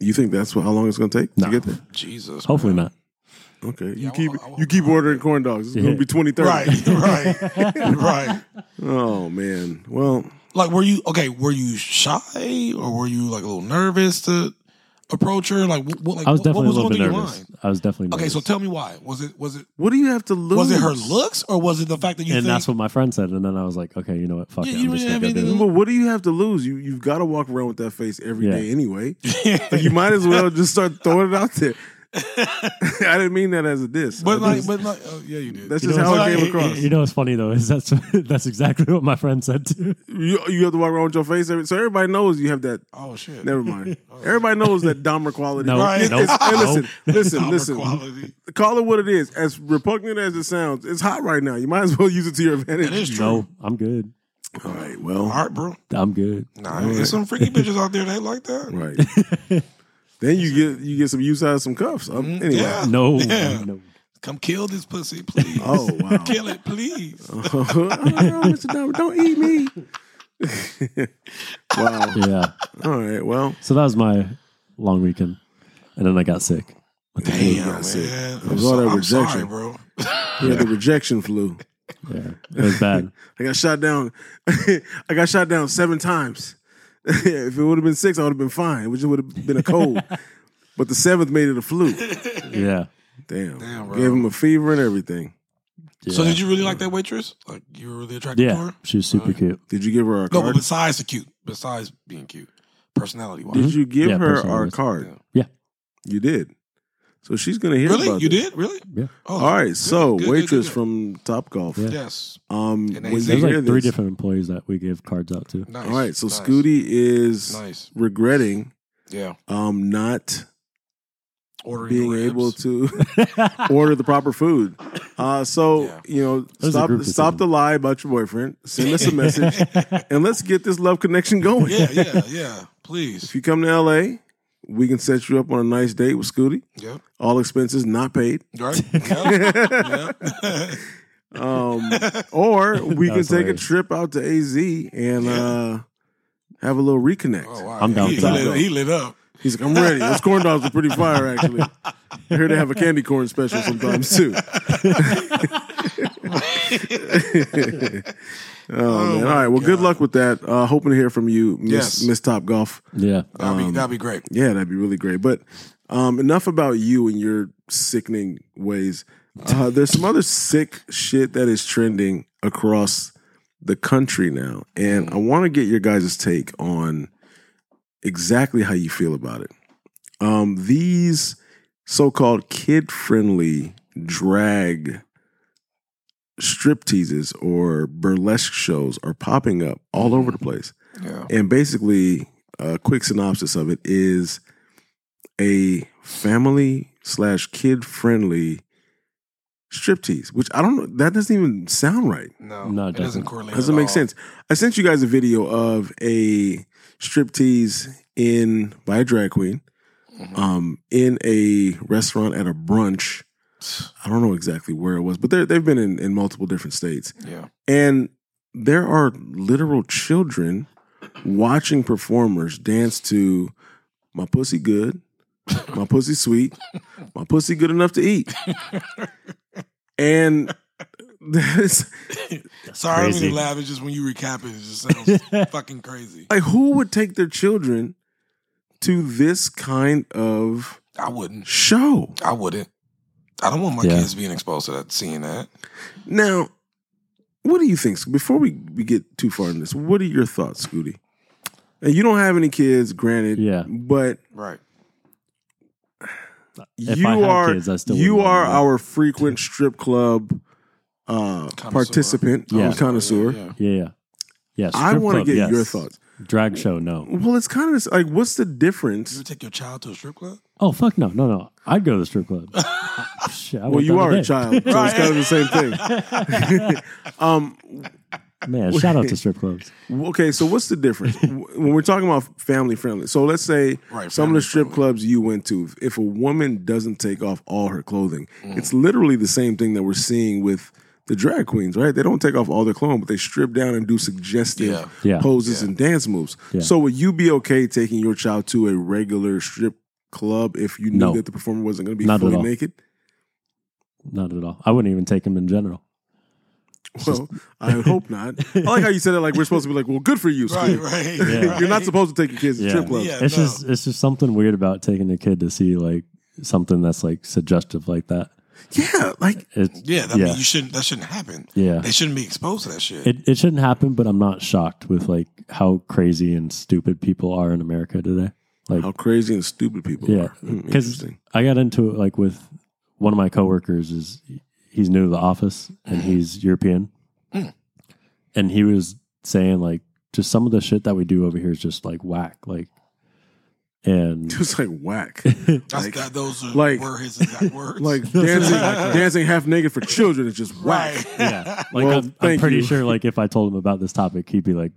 Speaker 1: you think that's what, how long it's gonna take
Speaker 3: No,
Speaker 1: to get there?
Speaker 2: Jesus.
Speaker 3: hopefully not.
Speaker 1: Okay, you
Speaker 2: Yeah, I
Speaker 1: keep
Speaker 2: will- I will-
Speaker 1: you keep ordering corn dogs. It's
Speaker 3: Yeah.
Speaker 1: gonna be twenty thirty.
Speaker 2: Right. Right. right.
Speaker 1: Oh man. Well,
Speaker 2: Like, were you okay? Were you shy, or were you like a little nervous to approach her? Like, what? what like,
Speaker 3: I was
Speaker 2: what-
Speaker 3: definitely
Speaker 2: what was
Speaker 3: a little
Speaker 2: going
Speaker 3: bit
Speaker 2: through your
Speaker 3: nervous.
Speaker 2: mind?
Speaker 3: I was definitely
Speaker 2: Okay,
Speaker 3: nervous.
Speaker 2: so tell me why. Was it? Was it?
Speaker 1: what do you have to lose?
Speaker 2: Was it her looks, or was it the fact that you?
Speaker 3: and
Speaker 2: think,
Speaker 3: that's what my friend said, and then I was like, okay, you know what? Fuck
Speaker 2: Yeah,
Speaker 3: it.
Speaker 2: you
Speaker 3: I'm just gonna
Speaker 2: didn't
Speaker 3: go
Speaker 2: have
Speaker 3: do
Speaker 2: anything-
Speaker 1: But what do you have to lose? You you've got to walk around with that face every day
Speaker 3: Yeah.
Speaker 1: anyway. Like, you might as well just start throwing it out there. I didn't mean that as a diss.
Speaker 2: But
Speaker 1: I
Speaker 2: like,
Speaker 1: just-
Speaker 2: but like, oh, yeah, you did.
Speaker 1: that's
Speaker 3: You
Speaker 1: just
Speaker 3: know,
Speaker 1: how it
Speaker 2: it's
Speaker 1: came
Speaker 2: like-
Speaker 1: across.
Speaker 3: it. You know what's funny though is that's that's exactly what my friend said too.
Speaker 1: You, you have to walk around with your face, every, so everybody knows you have that.
Speaker 2: oh shit.
Speaker 1: Never mind. Everybody knows that Dahmer quality.
Speaker 3: No,
Speaker 1: It's-
Speaker 2: no,
Speaker 1: it's- hey, listen, listen,
Speaker 2: Dollar
Speaker 1: listen.
Speaker 2: Quality.
Speaker 1: Call it what it is. As repugnant as it sounds, it's hot right now. You might as well use it to your
Speaker 2: It is
Speaker 1: advantage.
Speaker 2: true.
Speaker 3: No, I'm good.
Speaker 1: All right. Well.
Speaker 2: All right, bro.
Speaker 3: I'm good.
Speaker 2: Nah, there's some freaky bitches out there that like that.
Speaker 1: Right. then you get you get some use out of some cuffs. Um, anyway.
Speaker 2: Mm, Yeah.
Speaker 3: No,
Speaker 2: Yeah.
Speaker 3: no.
Speaker 2: Come kill this pussy, please.
Speaker 1: Oh wow.
Speaker 2: Kill it, please.
Speaker 1: oh, Mr. Dahmer, don't eat me. wow.
Speaker 3: Yeah.
Speaker 1: All right. Well,
Speaker 3: So that was my long weekend, and then I got sick.
Speaker 2: Damn, man.
Speaker 1: That's it.
Speaker 2: I'm,
Speaker 1: was
Speaker 2: so-
Speaker 1: all that
Speaker 2: I'm
Speaker 1: rejection.
Speaker 2: sorry, bro.
Speaker 1: we had the rejection flu.
Speaker 3: Yeah, it was bad.
Speaker 1: I got shot down. I got shot down seven times. if it would have been six, I would have been fine, which would have been a cold. but the seventh made it a flu.
Speaker 3: Yeah.
Speaker 1: Damn.
Speaker 2: Damn, bro.
Speaker 1: Gave him a fever and everything.
Speaker 3: yeah.
Speaker 2: So did you really like that waitress? Like you were really attracted to
Speaker 3: Yeah,
Speaker 2: her?
Speaker 3: she was super cute.
Speaker 1: Did you give her our
Speaker 2: No,
Speaker 1: card?
Speaker 2: but besides the cute, besides being cute, personality wise.
Speaker 3: Mm-hmm.
Speaker 1: did you give
Speaker 3: Yeah,
Speaker 1: her
Speaker 3: personal
Speaker 1: our
Speaker 3: reason.
Speaker 1: card?
Speaker 3: Yeah.
Speaker 1: You did. So she's gonna hear
Speaker 2: Really?
Speaker 1: about
Speaker 2: You
Speaker 1: this.
Speaker 2: did? Really?
Speaker 3: Yeah.
Speaker 2: Oh,
Speaker 1: All right. so
Speaker 2: good, good,
Speaker 1: waitress
Speaker 2: good.
Speaker 1: from Top Golf.
Speaker 3: Yeah.
Speaker 2: Yes.
Speaker 1: Um,
Speaker 2: And they
Speaker 1: when
Speaker 2: say-
Speaker 1: you
Speaker 3: There's
Speaker 1: hear
Speaker 3: like three
Speaker 1: this,
Speaker 3: different employees that we gave cards out to.
Speaker 2: Nice.
Speaker 1: all right. So
Speaker 2: nice,
Speaker 1: Scooty is
Speaker 2: Nice.
Speaker 1: regretting
Speaker 2: Yeah.
Speaker 1: um not
Speaker 2: Ordering
Speaker 1: being
Speaker 2: the ribs.
Speaker 1: able to order the proper food. Uh, so
Speaker 2: Yeah.
Speaker 1: you know,
Speaker 3: That was a
Speaker 1: stop
Speaker 3: group
Speaker 1: stop
Speaker 3: decision.
Speaker 1: the lie about your boyfriend. Send us a message, and let's get this love connection going.
Speaker 2: Yeah, yeah, yeah. Please.
Speaker 1: If you come to L.A., we can set you up on a nice date with Scooty.
Speaker 2: Yeah.
Speaker 1: All expenses not paid.
Speaker 2: Right? Yeah. yeah.
Speaker 1: Um, or we
Speaker 3: That
Speaker 1: can
Speaker 3: was
Speaker 1: take a
Speaker 3: hilarious.
Speaker 1: trip out to AZ and uh, have a little reconnect.
Speaker 2: Oh, wow.
Speaker 3: I'm down
Speaker 2: he,
Speaker 3: for
Speaker 2: he
Speaker 3: that.
Speaker 2: Lit, he lit up.
Speaker 1: He's like, I'm ready. Those corn dogs are pretty fire, actually. I hear they have a candy corn special sometimes too. oh, man! All right. Well, good luck with that. Uh, hoping to hear from you, Miss
Speaker 2: Yes.
Speaker 1: Miss Top Golf.
Speaker 3: Yeah.
Speaker 2: That'd
Speaker 1: Um,
Speaker 2: be that'd be great.
Speaker 1: Yeah, that'd be really great. But um, enough about you and your sickening ways. Uh, there's some other sick shit that is trending across the country now, and I want to get your guys' take on exactly how you feel about it. Um, these so-called kid-friendly drag strip teases or burlesque shows are popping up all over the place.
Speaker 2: Yeah.
Speaker 1: And basically, a quick synopsis of it is a family slash kid friendly striptease, which I don't know. That doesn't even sound right.
Speaker 2: No.
Speaker 3: No,
Speaker 2: it
Speaker 3: definitely.
Speaker 2: doesn't correlate.
Speaker 1: Doesn't
Speaker 2: at
Speaker 1: make
Speaker 2: all.
Speaker 1: sense. I sent you guys a video of a striptease in by a drag queen
Speaker 2: Mm-hmm.
Speaker 1: um, in a restaurant at a brunch. I don't know exactly where it was, but they're- they've been in, in multiple different states.
Speaker 2: Yeah.
Speaker 1: And there are literal children watching performers dance to My Pussy Good, My Pussy Sweet, My Pussy Good Enough to Eat. And that's
Speaker 2: Sorry, I'm
Speaker 3: crazy.
Speaker 2: gonna laugh. It's just when you recap it, it just sounds fucking crazy.
Speaker 1: like, who would take their children to this kind of
Speaker 2: I wouldn't.
Speaker 1: show?
Speaker 2: I wouldn't. I don't want my
Speaker 3: Yeah.
Speaker 2: kids being exposed to that, seeing that.
Speaker 1: Now, what do you think? Before we, we get too far in this, what are your thoughts, Scooty? And you don't have any kids, granted.
Speaker 3: Yeah.
Speaker 1: But
Speaker 2: Right.
Speaker 3: If
Speaker 1: you
Speaker 3: I had
Speaker 1: are
Speaker 3: kids, I still wouldn't
Speaker 1: you
Speaker 3: want
Speaker 1: are
Speaker 3: them.
Speaker 1: our frequent strip club uh,
Speaker 2: Connoisseur.
Speaker 1: participant,
Speaker 3: Yeah.
Speaker 1: connoisseur.
Speaker 2: Yeah.
Speaker 3: Yeah, yeah. Yes.
Speaker 1: I
Speaker 3: strip
Speaker 1: want to
Speaker 3: club,
Speaker 1: get
Speaker 3: yes.
Speaker 1: your thoughts.
Speaker 3: Drag show, no.
Speaker 1: Well, it's kind of like, what's the
Speaker 2: You
Speaker 1: difference?
Speaker 2: would take your child to a strip club?
Speaker 3: Oh fuck no, no, no. I'd go to the strip club. Shit, I
Speaker 1: Well,
Speaker 3: went
Speaker 1: you
Speaker 3: the
Speaker 1: are
Speaker 3: other
Speaker 1: a child, so it's kind of the same thing. um,
Speaker 3: day. Man, shout out to strip clubs.
Speaker 1: Okay, so what's the difference W- when we're talking about family friendly? So let's say
Speaker 2: Right,
Speaker 1: some of the
Speaker 2: family
Speaker 1: strip
Speaker 2: friendly.
Speaker 1: clubs you went to, if a woman doesn't take off all her clothing,
Speaker 2: Mm-hmm.
Speaker 1: it's literally the same thing that we're seeing with the drag queens, right? They don't take off all their clothing, but they strip down and do suggestive
Speaker 2: Yeah.
Speaker 3: Yeah.
Speaker 1: poses and dance moves.
Speaker 3: Yeah.
Speaker 1: So would you be okay taking your child to a regular strip club if you knew
Speaker 3: No.
Speaker 1: that the performer wasn't going to be
Speaker 3: Not at
Speaker 1: fully
Speaker 3: all.
Speaker 1: naked?
Speaker 3: Not at all. I wouldn't even take them in general.
Speaker 1: Well, I hope not. I like how you said it. Like we're supposed to be like, well, good for you,
Speaker 2: Right,
Speaker 1: Scooby.
Speaker 2: right.
Speaker 1: You're not supposed to take your kids to
Speaker 3: Yeah.
Speaker 1: strip clubs.
Speaker 2: Yeah,
Speaker 3: it's
Speaker 2: no.
Speaker 3: just it's just something weird about taking a kid to see like something that's like suggestive like that.
Speaker 1: Yeah, like
Speaker 3: It's
Speaker 2: Yeah, that,
Speaker 3: Yeah.
Speaker 2: mean, you shouldn't. That shouldn't happen.
Speaker 3: yeah.
Speaker 2: They shouldn't be exposed to that shit.
Speaker 3: It it shouldn't happen, but I'm not shocked with like how crazy and stupid people are in America today. Like
Speaker 1: how crazy and stupid people
Speaker 3: Yeah.
Speaker 1: are. Hmm,
Speaker 3: 'Cause-
Speaker 1: Interesting.
Speaker 3: I got into it like with one of my coworkers is he's new to the office and he's European.
Speaker 2: Mm.
Speaker 3: And he was saying like just some of the shit that we do over here is just like whack. Like and
Speaker 1: Just like whack.
Speaker 2: That's,
Speaker 1: like-
Speaker 2: that, those are,
Speaker 1: like-
Speaker 2: were his exact words.
Speaker 1: Like dancing, dancing half naked for children is just whack.
Speaker 2: right.
Speaker 3: yeah. Like
Speaker 1: Well,
Speaker 3: I'm, I'm
Speaker 1: thank
Speaker 3: pretty
Speaker 1: you.
Speaker 3: sure like if I told him about this topic, he'd be like,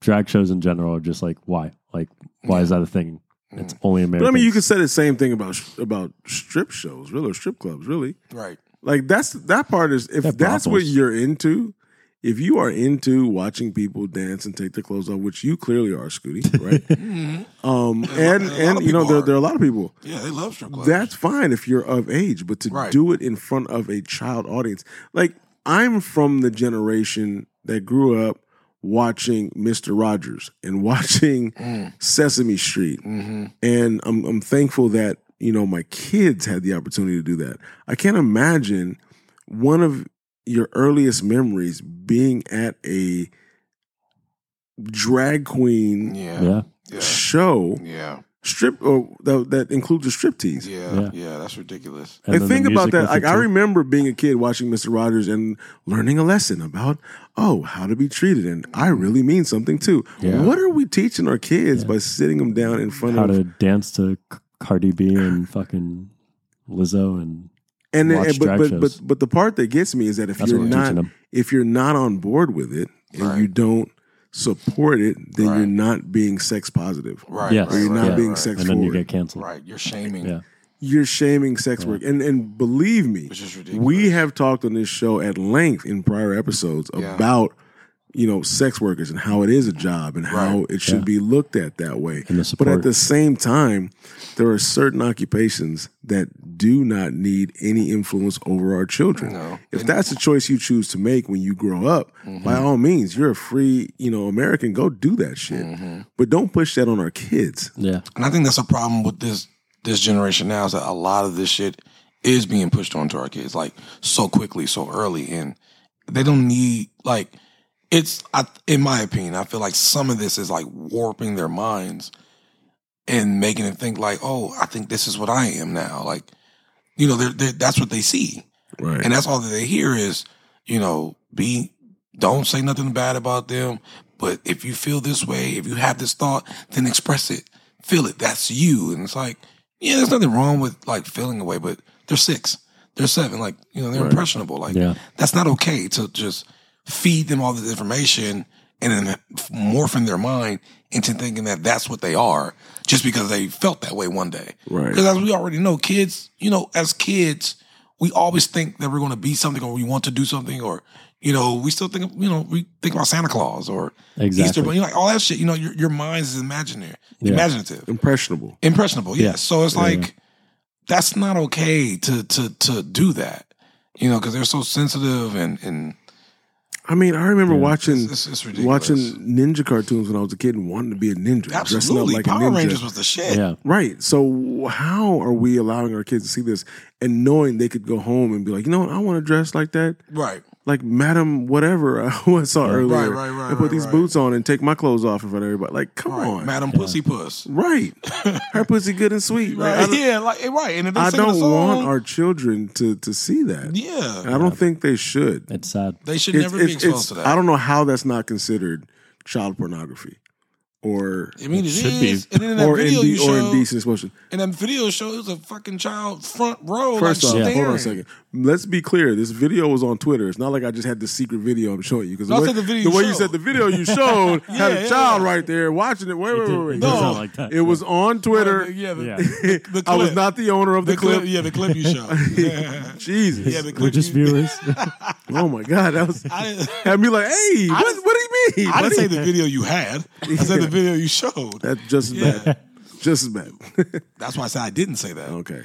Speaker 3: drag shows in general are just like why? Like why is that a thing? It's only American.
Speaker 1: Mm. But I mean, you could say the same thing about about strip shows, really, or strip clubs, really.
Speaker 2: Right.
Speaker 1: Like that's that part is if
Speaker 3: They're
Speaker 1: that's what
Speaker 3: brothels.
Speaker 1: you're into. If you are into watching people dance and take their clothes off, which you clearly are, Scooty, right?
Speaker 2: Mhm.
Speaker 1: um,
Speaker 2: a lot-
Speaker 1: and
Speaker 2: a lot
Speaker 1: and
Speaker 2: of
Speaker 1: you know
Speaker 2: people
Speaker 1: there,
Speaker 2: are.
Speaker 1: there are a lot of people.
Speaker 2: Yeah, they love strip clubs.
Speaker 1: That's fine if you're of age, but to
Speaker 2: Right.
Speaker 1: do it in front of a child audience, like I'm from the generation that grew up watching Mr. Rogers and watching
Speaker 2: Mm,
Speaker 1: Sesame Street,
Speaker 2: hmm
Speaker 1: and I'm I'm thankful that you know my kids had the opportunity to do that. I can't imagine one of your earliest memories being at a drag queen
Speaker 2: Yeah. Yeah.
Speaker 3: yeah.
Speaker 2: Yeah.
Speaker 1: show
Speaker 2: Yeah.
Speaker 1: strip or that, that includes a striptease.
Speaker 2: Yeah.
Speaker 3: Yeah.
Speaker 2: That's ridiculous.
Speaker 3: And
Speaker 1: and
Speaker 3: then
Speaker 1: think
Speaker 3: the
Speaker 1: about
Speaker 3: music
Speaker 1: that.
Speaker 3: with
Speaker 1: Like
Speaker 3: it,
Speaker 1: I
Speaker 3: too.
Speaker 1: remember being a kid watching Mr. Rogers and learning a lesson about oh how to be treated, and I really mean something too.
Speaker 2: Yeah.
Speaker 1: What are we teaching our kids by sitting them down in front
Speaker 3: how
Speaker 1: of
Speaker 3: to dance to C- Cardi B and fucking Lizzo and
Speaker 1: and, then-
Speaker 3: watch
Speaker 1: and but
Speaker 3: drag
Speaker 1: but, but
Speaker 3: shows.
Speaker 1: but the part that gets me is that if
Speaker 3: That's
Speaker 1: you're
Speaker 3: what we're teaching
Speaker 1: not
Speaker 3: them.
Speaker 1: if you're not on board with it and
Speaker 2: Right.
Speaker 1: you don't support it, then
Speaker 2: Right.
Speaker 1: you're not being sex positive.
Speaker 2: Right.
Speaker 3: Yes.
Speaker 2: Right,
Speaker 1: You're
Speaker 2: right,
Speaker 1: not
Speaker 2: right,
Speaker 1: being
Speaker 2: right.
Speaker 1: sex
Speaker 3: and then you
Speaker 1: forward.
Speaker 3: get canceled.
Speaker 2: Right. You're shaming.
Speaker 3: Yeah.
Speaker 1: You're shaming sex work, and and believe me,
Speaker 2: Which is ridiculous.
Speaker 1: we have talked on this show at length in prior episodes
Speaker 2: Yeah.
Speaker 1: about you know sex workers and how it is a job and how it should
Speaker 3: Yeah.
Speaker 1: be looked at that way
Speaker 3: And the
Speaker 1: but at
Speaker 3: support.
Speaker 1: the same time there are certain occupations that do not need any influence over our children
Speaker 2: No. Mm-hmm.
Speaker 1: if that's a choice you choose to make when you grow up by all means you're a free you know american go do that shit
Speaker 2: Mm-hmm.
Speaker 1: but don't push that on our kids
Speaker 3: Yeah.
Speaker 2: And I think that's a problem with this this generation now is that a lot of this shit is being pushed onto our kids like so quickly, so early, and they don't need like it's. I, in my opinion, I feel like some of this is like warping their minds and making them think like, oh, I think this is what I am now. Like, you know, they're, they're, that's what they see.
Speaker 1: right
Speaker 2: And that's all that they hear is, you know, be don't say nothing bad about them. But if you feel this way, if you have this thought, then express it. Feel it. That's you. And it's like, yeah, there's nothing wrong with like feeling away, but they're six. They're seven. Like, you know, they're impressionable. Like
Speaker 3: Yeah.
Speaker 2: that's not okay to just feed them all this information and then morphing their mind into thinking that that's what they are just because they felt that way one day.
Speaker 1: Right.
Speaker 2: Because as we already know, kids, you know, as kids, we always think that we're going to be something or we want to do something or, you know, we still think, of, you know, we think about Santa Claus or Easter,
Speaker 3: Exactly.
Speaker 2: but you know, like all that shit, you know, your, your mind is imaginary,
Speaker 3: Yeah.
Speaker 2: imaginative
Speaker 1: Impressionable.
Speaker 2: impressionable. Yeah.
Speaker 3: Yeah.
Speaker 2: So it's
Speaker 3: Yeah,
Speaker 2: like
Speaker 3: yeah.
Speaker 2: that's not okay to to to do that. You know, because they're so sensitive and and
Speaker 1: I mean, I remember
Speaker 3: Yeah.
Speaker 1: watching
Speaker 2: it's, it's, it's ridiculous.
Speaker 1: Mm. watching ninja cartoons when I was a kid and wanting to be a ninja, dressing up
Speaker 2: absolutely
Speaker 1: like a
Speaker 2: Power
Speaker 1: ninja.
Speaker 2: Rangers was the shit.
Speaker 3: Yeah.
Speaker 1: Right. So how are we allowing our kids to see this and knowing they could go home and be like, you know what, I want to dress like that,
Speaker 2: Right.
Speaker 1: like Madam whatever I who I saw earlier,
Speaker 2: Right, right, right,
Speaker 1: and put
Speaker 2: right,
Speaker 1: these
Speaker 2: right.
Speaker 1: boots on and take my clothes off in front of everybody. Like, come
Speaker 2: Right.
Speaker 1: on,
Speaker 2: Madam Pussy Puss.
Speaker 1: right? Her pussy good and sweet. Like,
Speaker 2: Right. yeah. Like eh, right. And if they
Speaker 1: I
Speaker 2: sing
Speaker 1: don't, I
Speaker 2: a
Speaker 1: don't
Speaker 2: song,
Speaker 1: want our children to to see that. And
Speaker 2: yeah,
Speaker 1: I don't think they should.
Speaker 3: It's sad.
Speaker 2: they should
Speaker 1: It's-
Speaker 2: never
Speaker 1: it's-
Speaker 2: be exposed
Speaker 1: it's-
Speaker 2: to that.
Speaker 1: I don't know how that's not considered child pornography or
Speaker 2: I mean, it
Speaker 3: Should
Speaker 2: is.
Speaker 3: be.
Speaker 2: And then in that
Speaker 1: or,
Speaker 2: video you
Speaker 1: inde- or
Speaker 2: showed,
Speaker 1: indecent exposure.
Speaker 2: in that video show, it was a fucking child front row.
Speaker 1: First
Speaker 2: like,
Speaker 1: off,
Speaker 2: staring.
Speaker 1: hold on a second. Let's be clear. This video was on Twitter. It's not like I just had the secret video I'm showing you because
Speaker 2: No, I
Speaker 1: the way,
Speaker 2: said the video
Speaker 1: the
Speaker 2: you
Speaker 1: way you
Speaker 2: showed.
Speaker 1: said the video you showed had
Speaker 2: Yeah,
Speaker 1: a
Speaker 2: yeah,
Speaker 1: child
Speaker 2: yeah.
Speaker 1: right there watching it. Wait, wait, wait, wait.
Speaker 3: It
Speaker 2: No.
Speaker 3: does sound like that.
Speaker 1: It was on Twitter.
Speaker 2: Yeah, the,
Speaker 3: Yeah.
Speaker 2: the
Speaker 1: I was
Speaker 2: clip.
Speaker 1: not the owner of the,
Speaker 2: the
Speaker 1: clip.
Speaker 2: clip. Yeah, the clip you showed. Yeah.
Speaker 1: Jesus.
Speaker 2: Yeah, the clip.
Speaker 3: We're just
Speaker 2: you-
Speaker 3: viewers.
Speaker 1: oh my God. That was
Speaker 2: I didn't,
Speaker 1: had me like, hey, what,
Speaker 2: didn't-
Speaker 1: what do you mean?
Speaker 2: I didn't
Speaker 1: buddy?
Speaker 2: say the video you had. I said the video you showed.
Speaker 1: That's just as
Speaker 2: Yeah.
Speaker 1: bad. Just as bad.
Speaker 2: That's why I said I didn't say that.
Speaker 1: okay.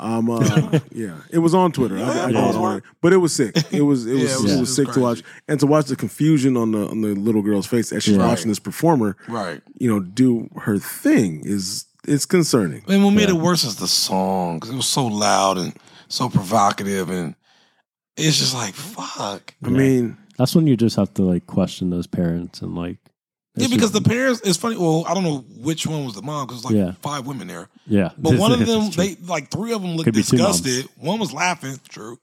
Speaker 1: Um. Uh, yeah, it was on Twitter. I, I
Speaker 2: Yeah.
Speaker 1: got it on it. but it was sick. It was it was,
Speaker 2: it
Speaker 1: it
Speaker 2: was-
Speaker 1: was,
Speaker 2: it was
Speaker 1: sick
Speaker 2: crazy.
Speaker 1: to watch and to watch the confusion on the on the little girl's face as she's
Speaker 3: Yeah.
Speaker 1: watching this performer.
Speaker 2: Right.
Speaker 1: you know, do her thing is it's concerning.
Speaker 2: And what made it worse is the song 'cause it was so loud and so provocative, and it's just like fuck.
Speaker 1: I mean,
Speaker 3: That's when you just have to like question those parents and like.
Speaker 2: Yeah,
Speaker 3: it's
Speaker 2: because the
Speaker 3: just-
Speaker 2: parents. It's funny. Well, I don't know which one was the mom because like
Speaker 3: Yeah.
Speaker 2: five women there,
Speaker 3: yeah,
Speaker 2: but one of
Speaker 3: It's
Speaker 2: them,
Speaker 3: true.
Speaker 2: they like three of them looked
Speaker 3: Could be two moms.
Speaker 2: disgusted. One was laughing. True.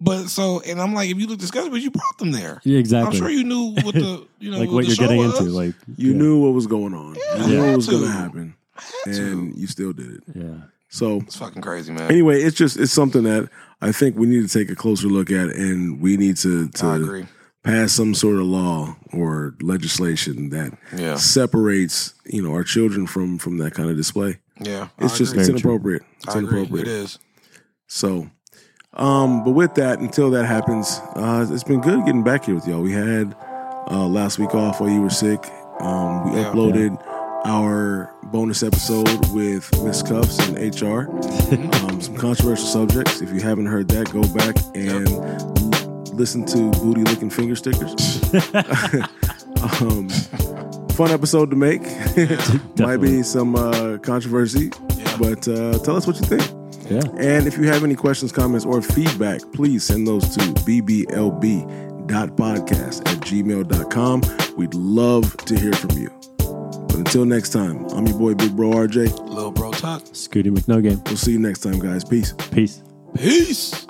Speaker 2: But so, and I'm like, if you look disgusted, but you brought them there.
Speaker 3: yeah, exactly.
Speaker 2: I'm sure you knew what the you know
Speaker 3: like
Speaker 2: what
Speaker 3: what
Speaker 2: the
Speaker 3: you're
Speaker 2: show
Speaker 3: getting
Speaker 2: was.
Speaker 3: into, like
Speaker 1: you
Speaker 3: yeah,
Speaker 1: knew what was going on.
Speaker 2: Yeah,
Speaker 1: you knew
Speaker 2: had
Speaker 1: what was going
Speaker 2: to.
Speaker 1: to happen,
Speaker 2: Had to.
Speaker 1: and you still did it.
Speaker 3: yeah,
Speaker 1: So
Speaker 2: It's fucking crazy, man.
Speaker 1: anyway, it's just it's something that I think we need to take a closer look at, and we need to
Speaker 2: I
Speaker 1: to
Speaker 2: agree.
Speaker 1: pass some sort of law or legislation that
Speaker 2: Yeah.
Speaker 1: separates you know our children from from that kind of display.
Speaker 2: Yeah,
Speaker 1: It's
Speaker 2: I
Speaker 1: just
Speaker 2: agree.
Speaker 1: it's
Speaker 3: Very true.
Speaker 1: inappropriate. It's
Speaker 2: I agree.
Speaker 1: inappropriate.
Speaker 2: It is.
Speaker 1: So, um, but with that, until that happens, uh, it's been good getting back here with y'all. We had uh, last week off while you were sick. Um, we
Speaker 2: Yeah.
Speaker 1: uploaded our bonus episode with Miss Cuffs and HR. um, some controversial subjects. If you haven't heard that, go back and listen to booty licking finger stickers. um, fun episode to make. Might
Speaker 3: definitely.
Speaker 1: be some uh, controversy,
Speaker 2: Yeah.
Speaker 1: but uh, tell us what you think.
Speaker 3: yeah.
Speaker 1: And if you have any questions, comments, or feedback, please send those to bblb.podcast at gmail.com. We'd love to hear from you. But until next time, I'm your boy, Big Bro RJ.
Speaker 2: Little bro, talk.
Speaker 3: Scooty McNo game.
Speaker 1: We'll see you next time, guys. Peace.
Speaker 3: Peace.
Speaker 2: Peace.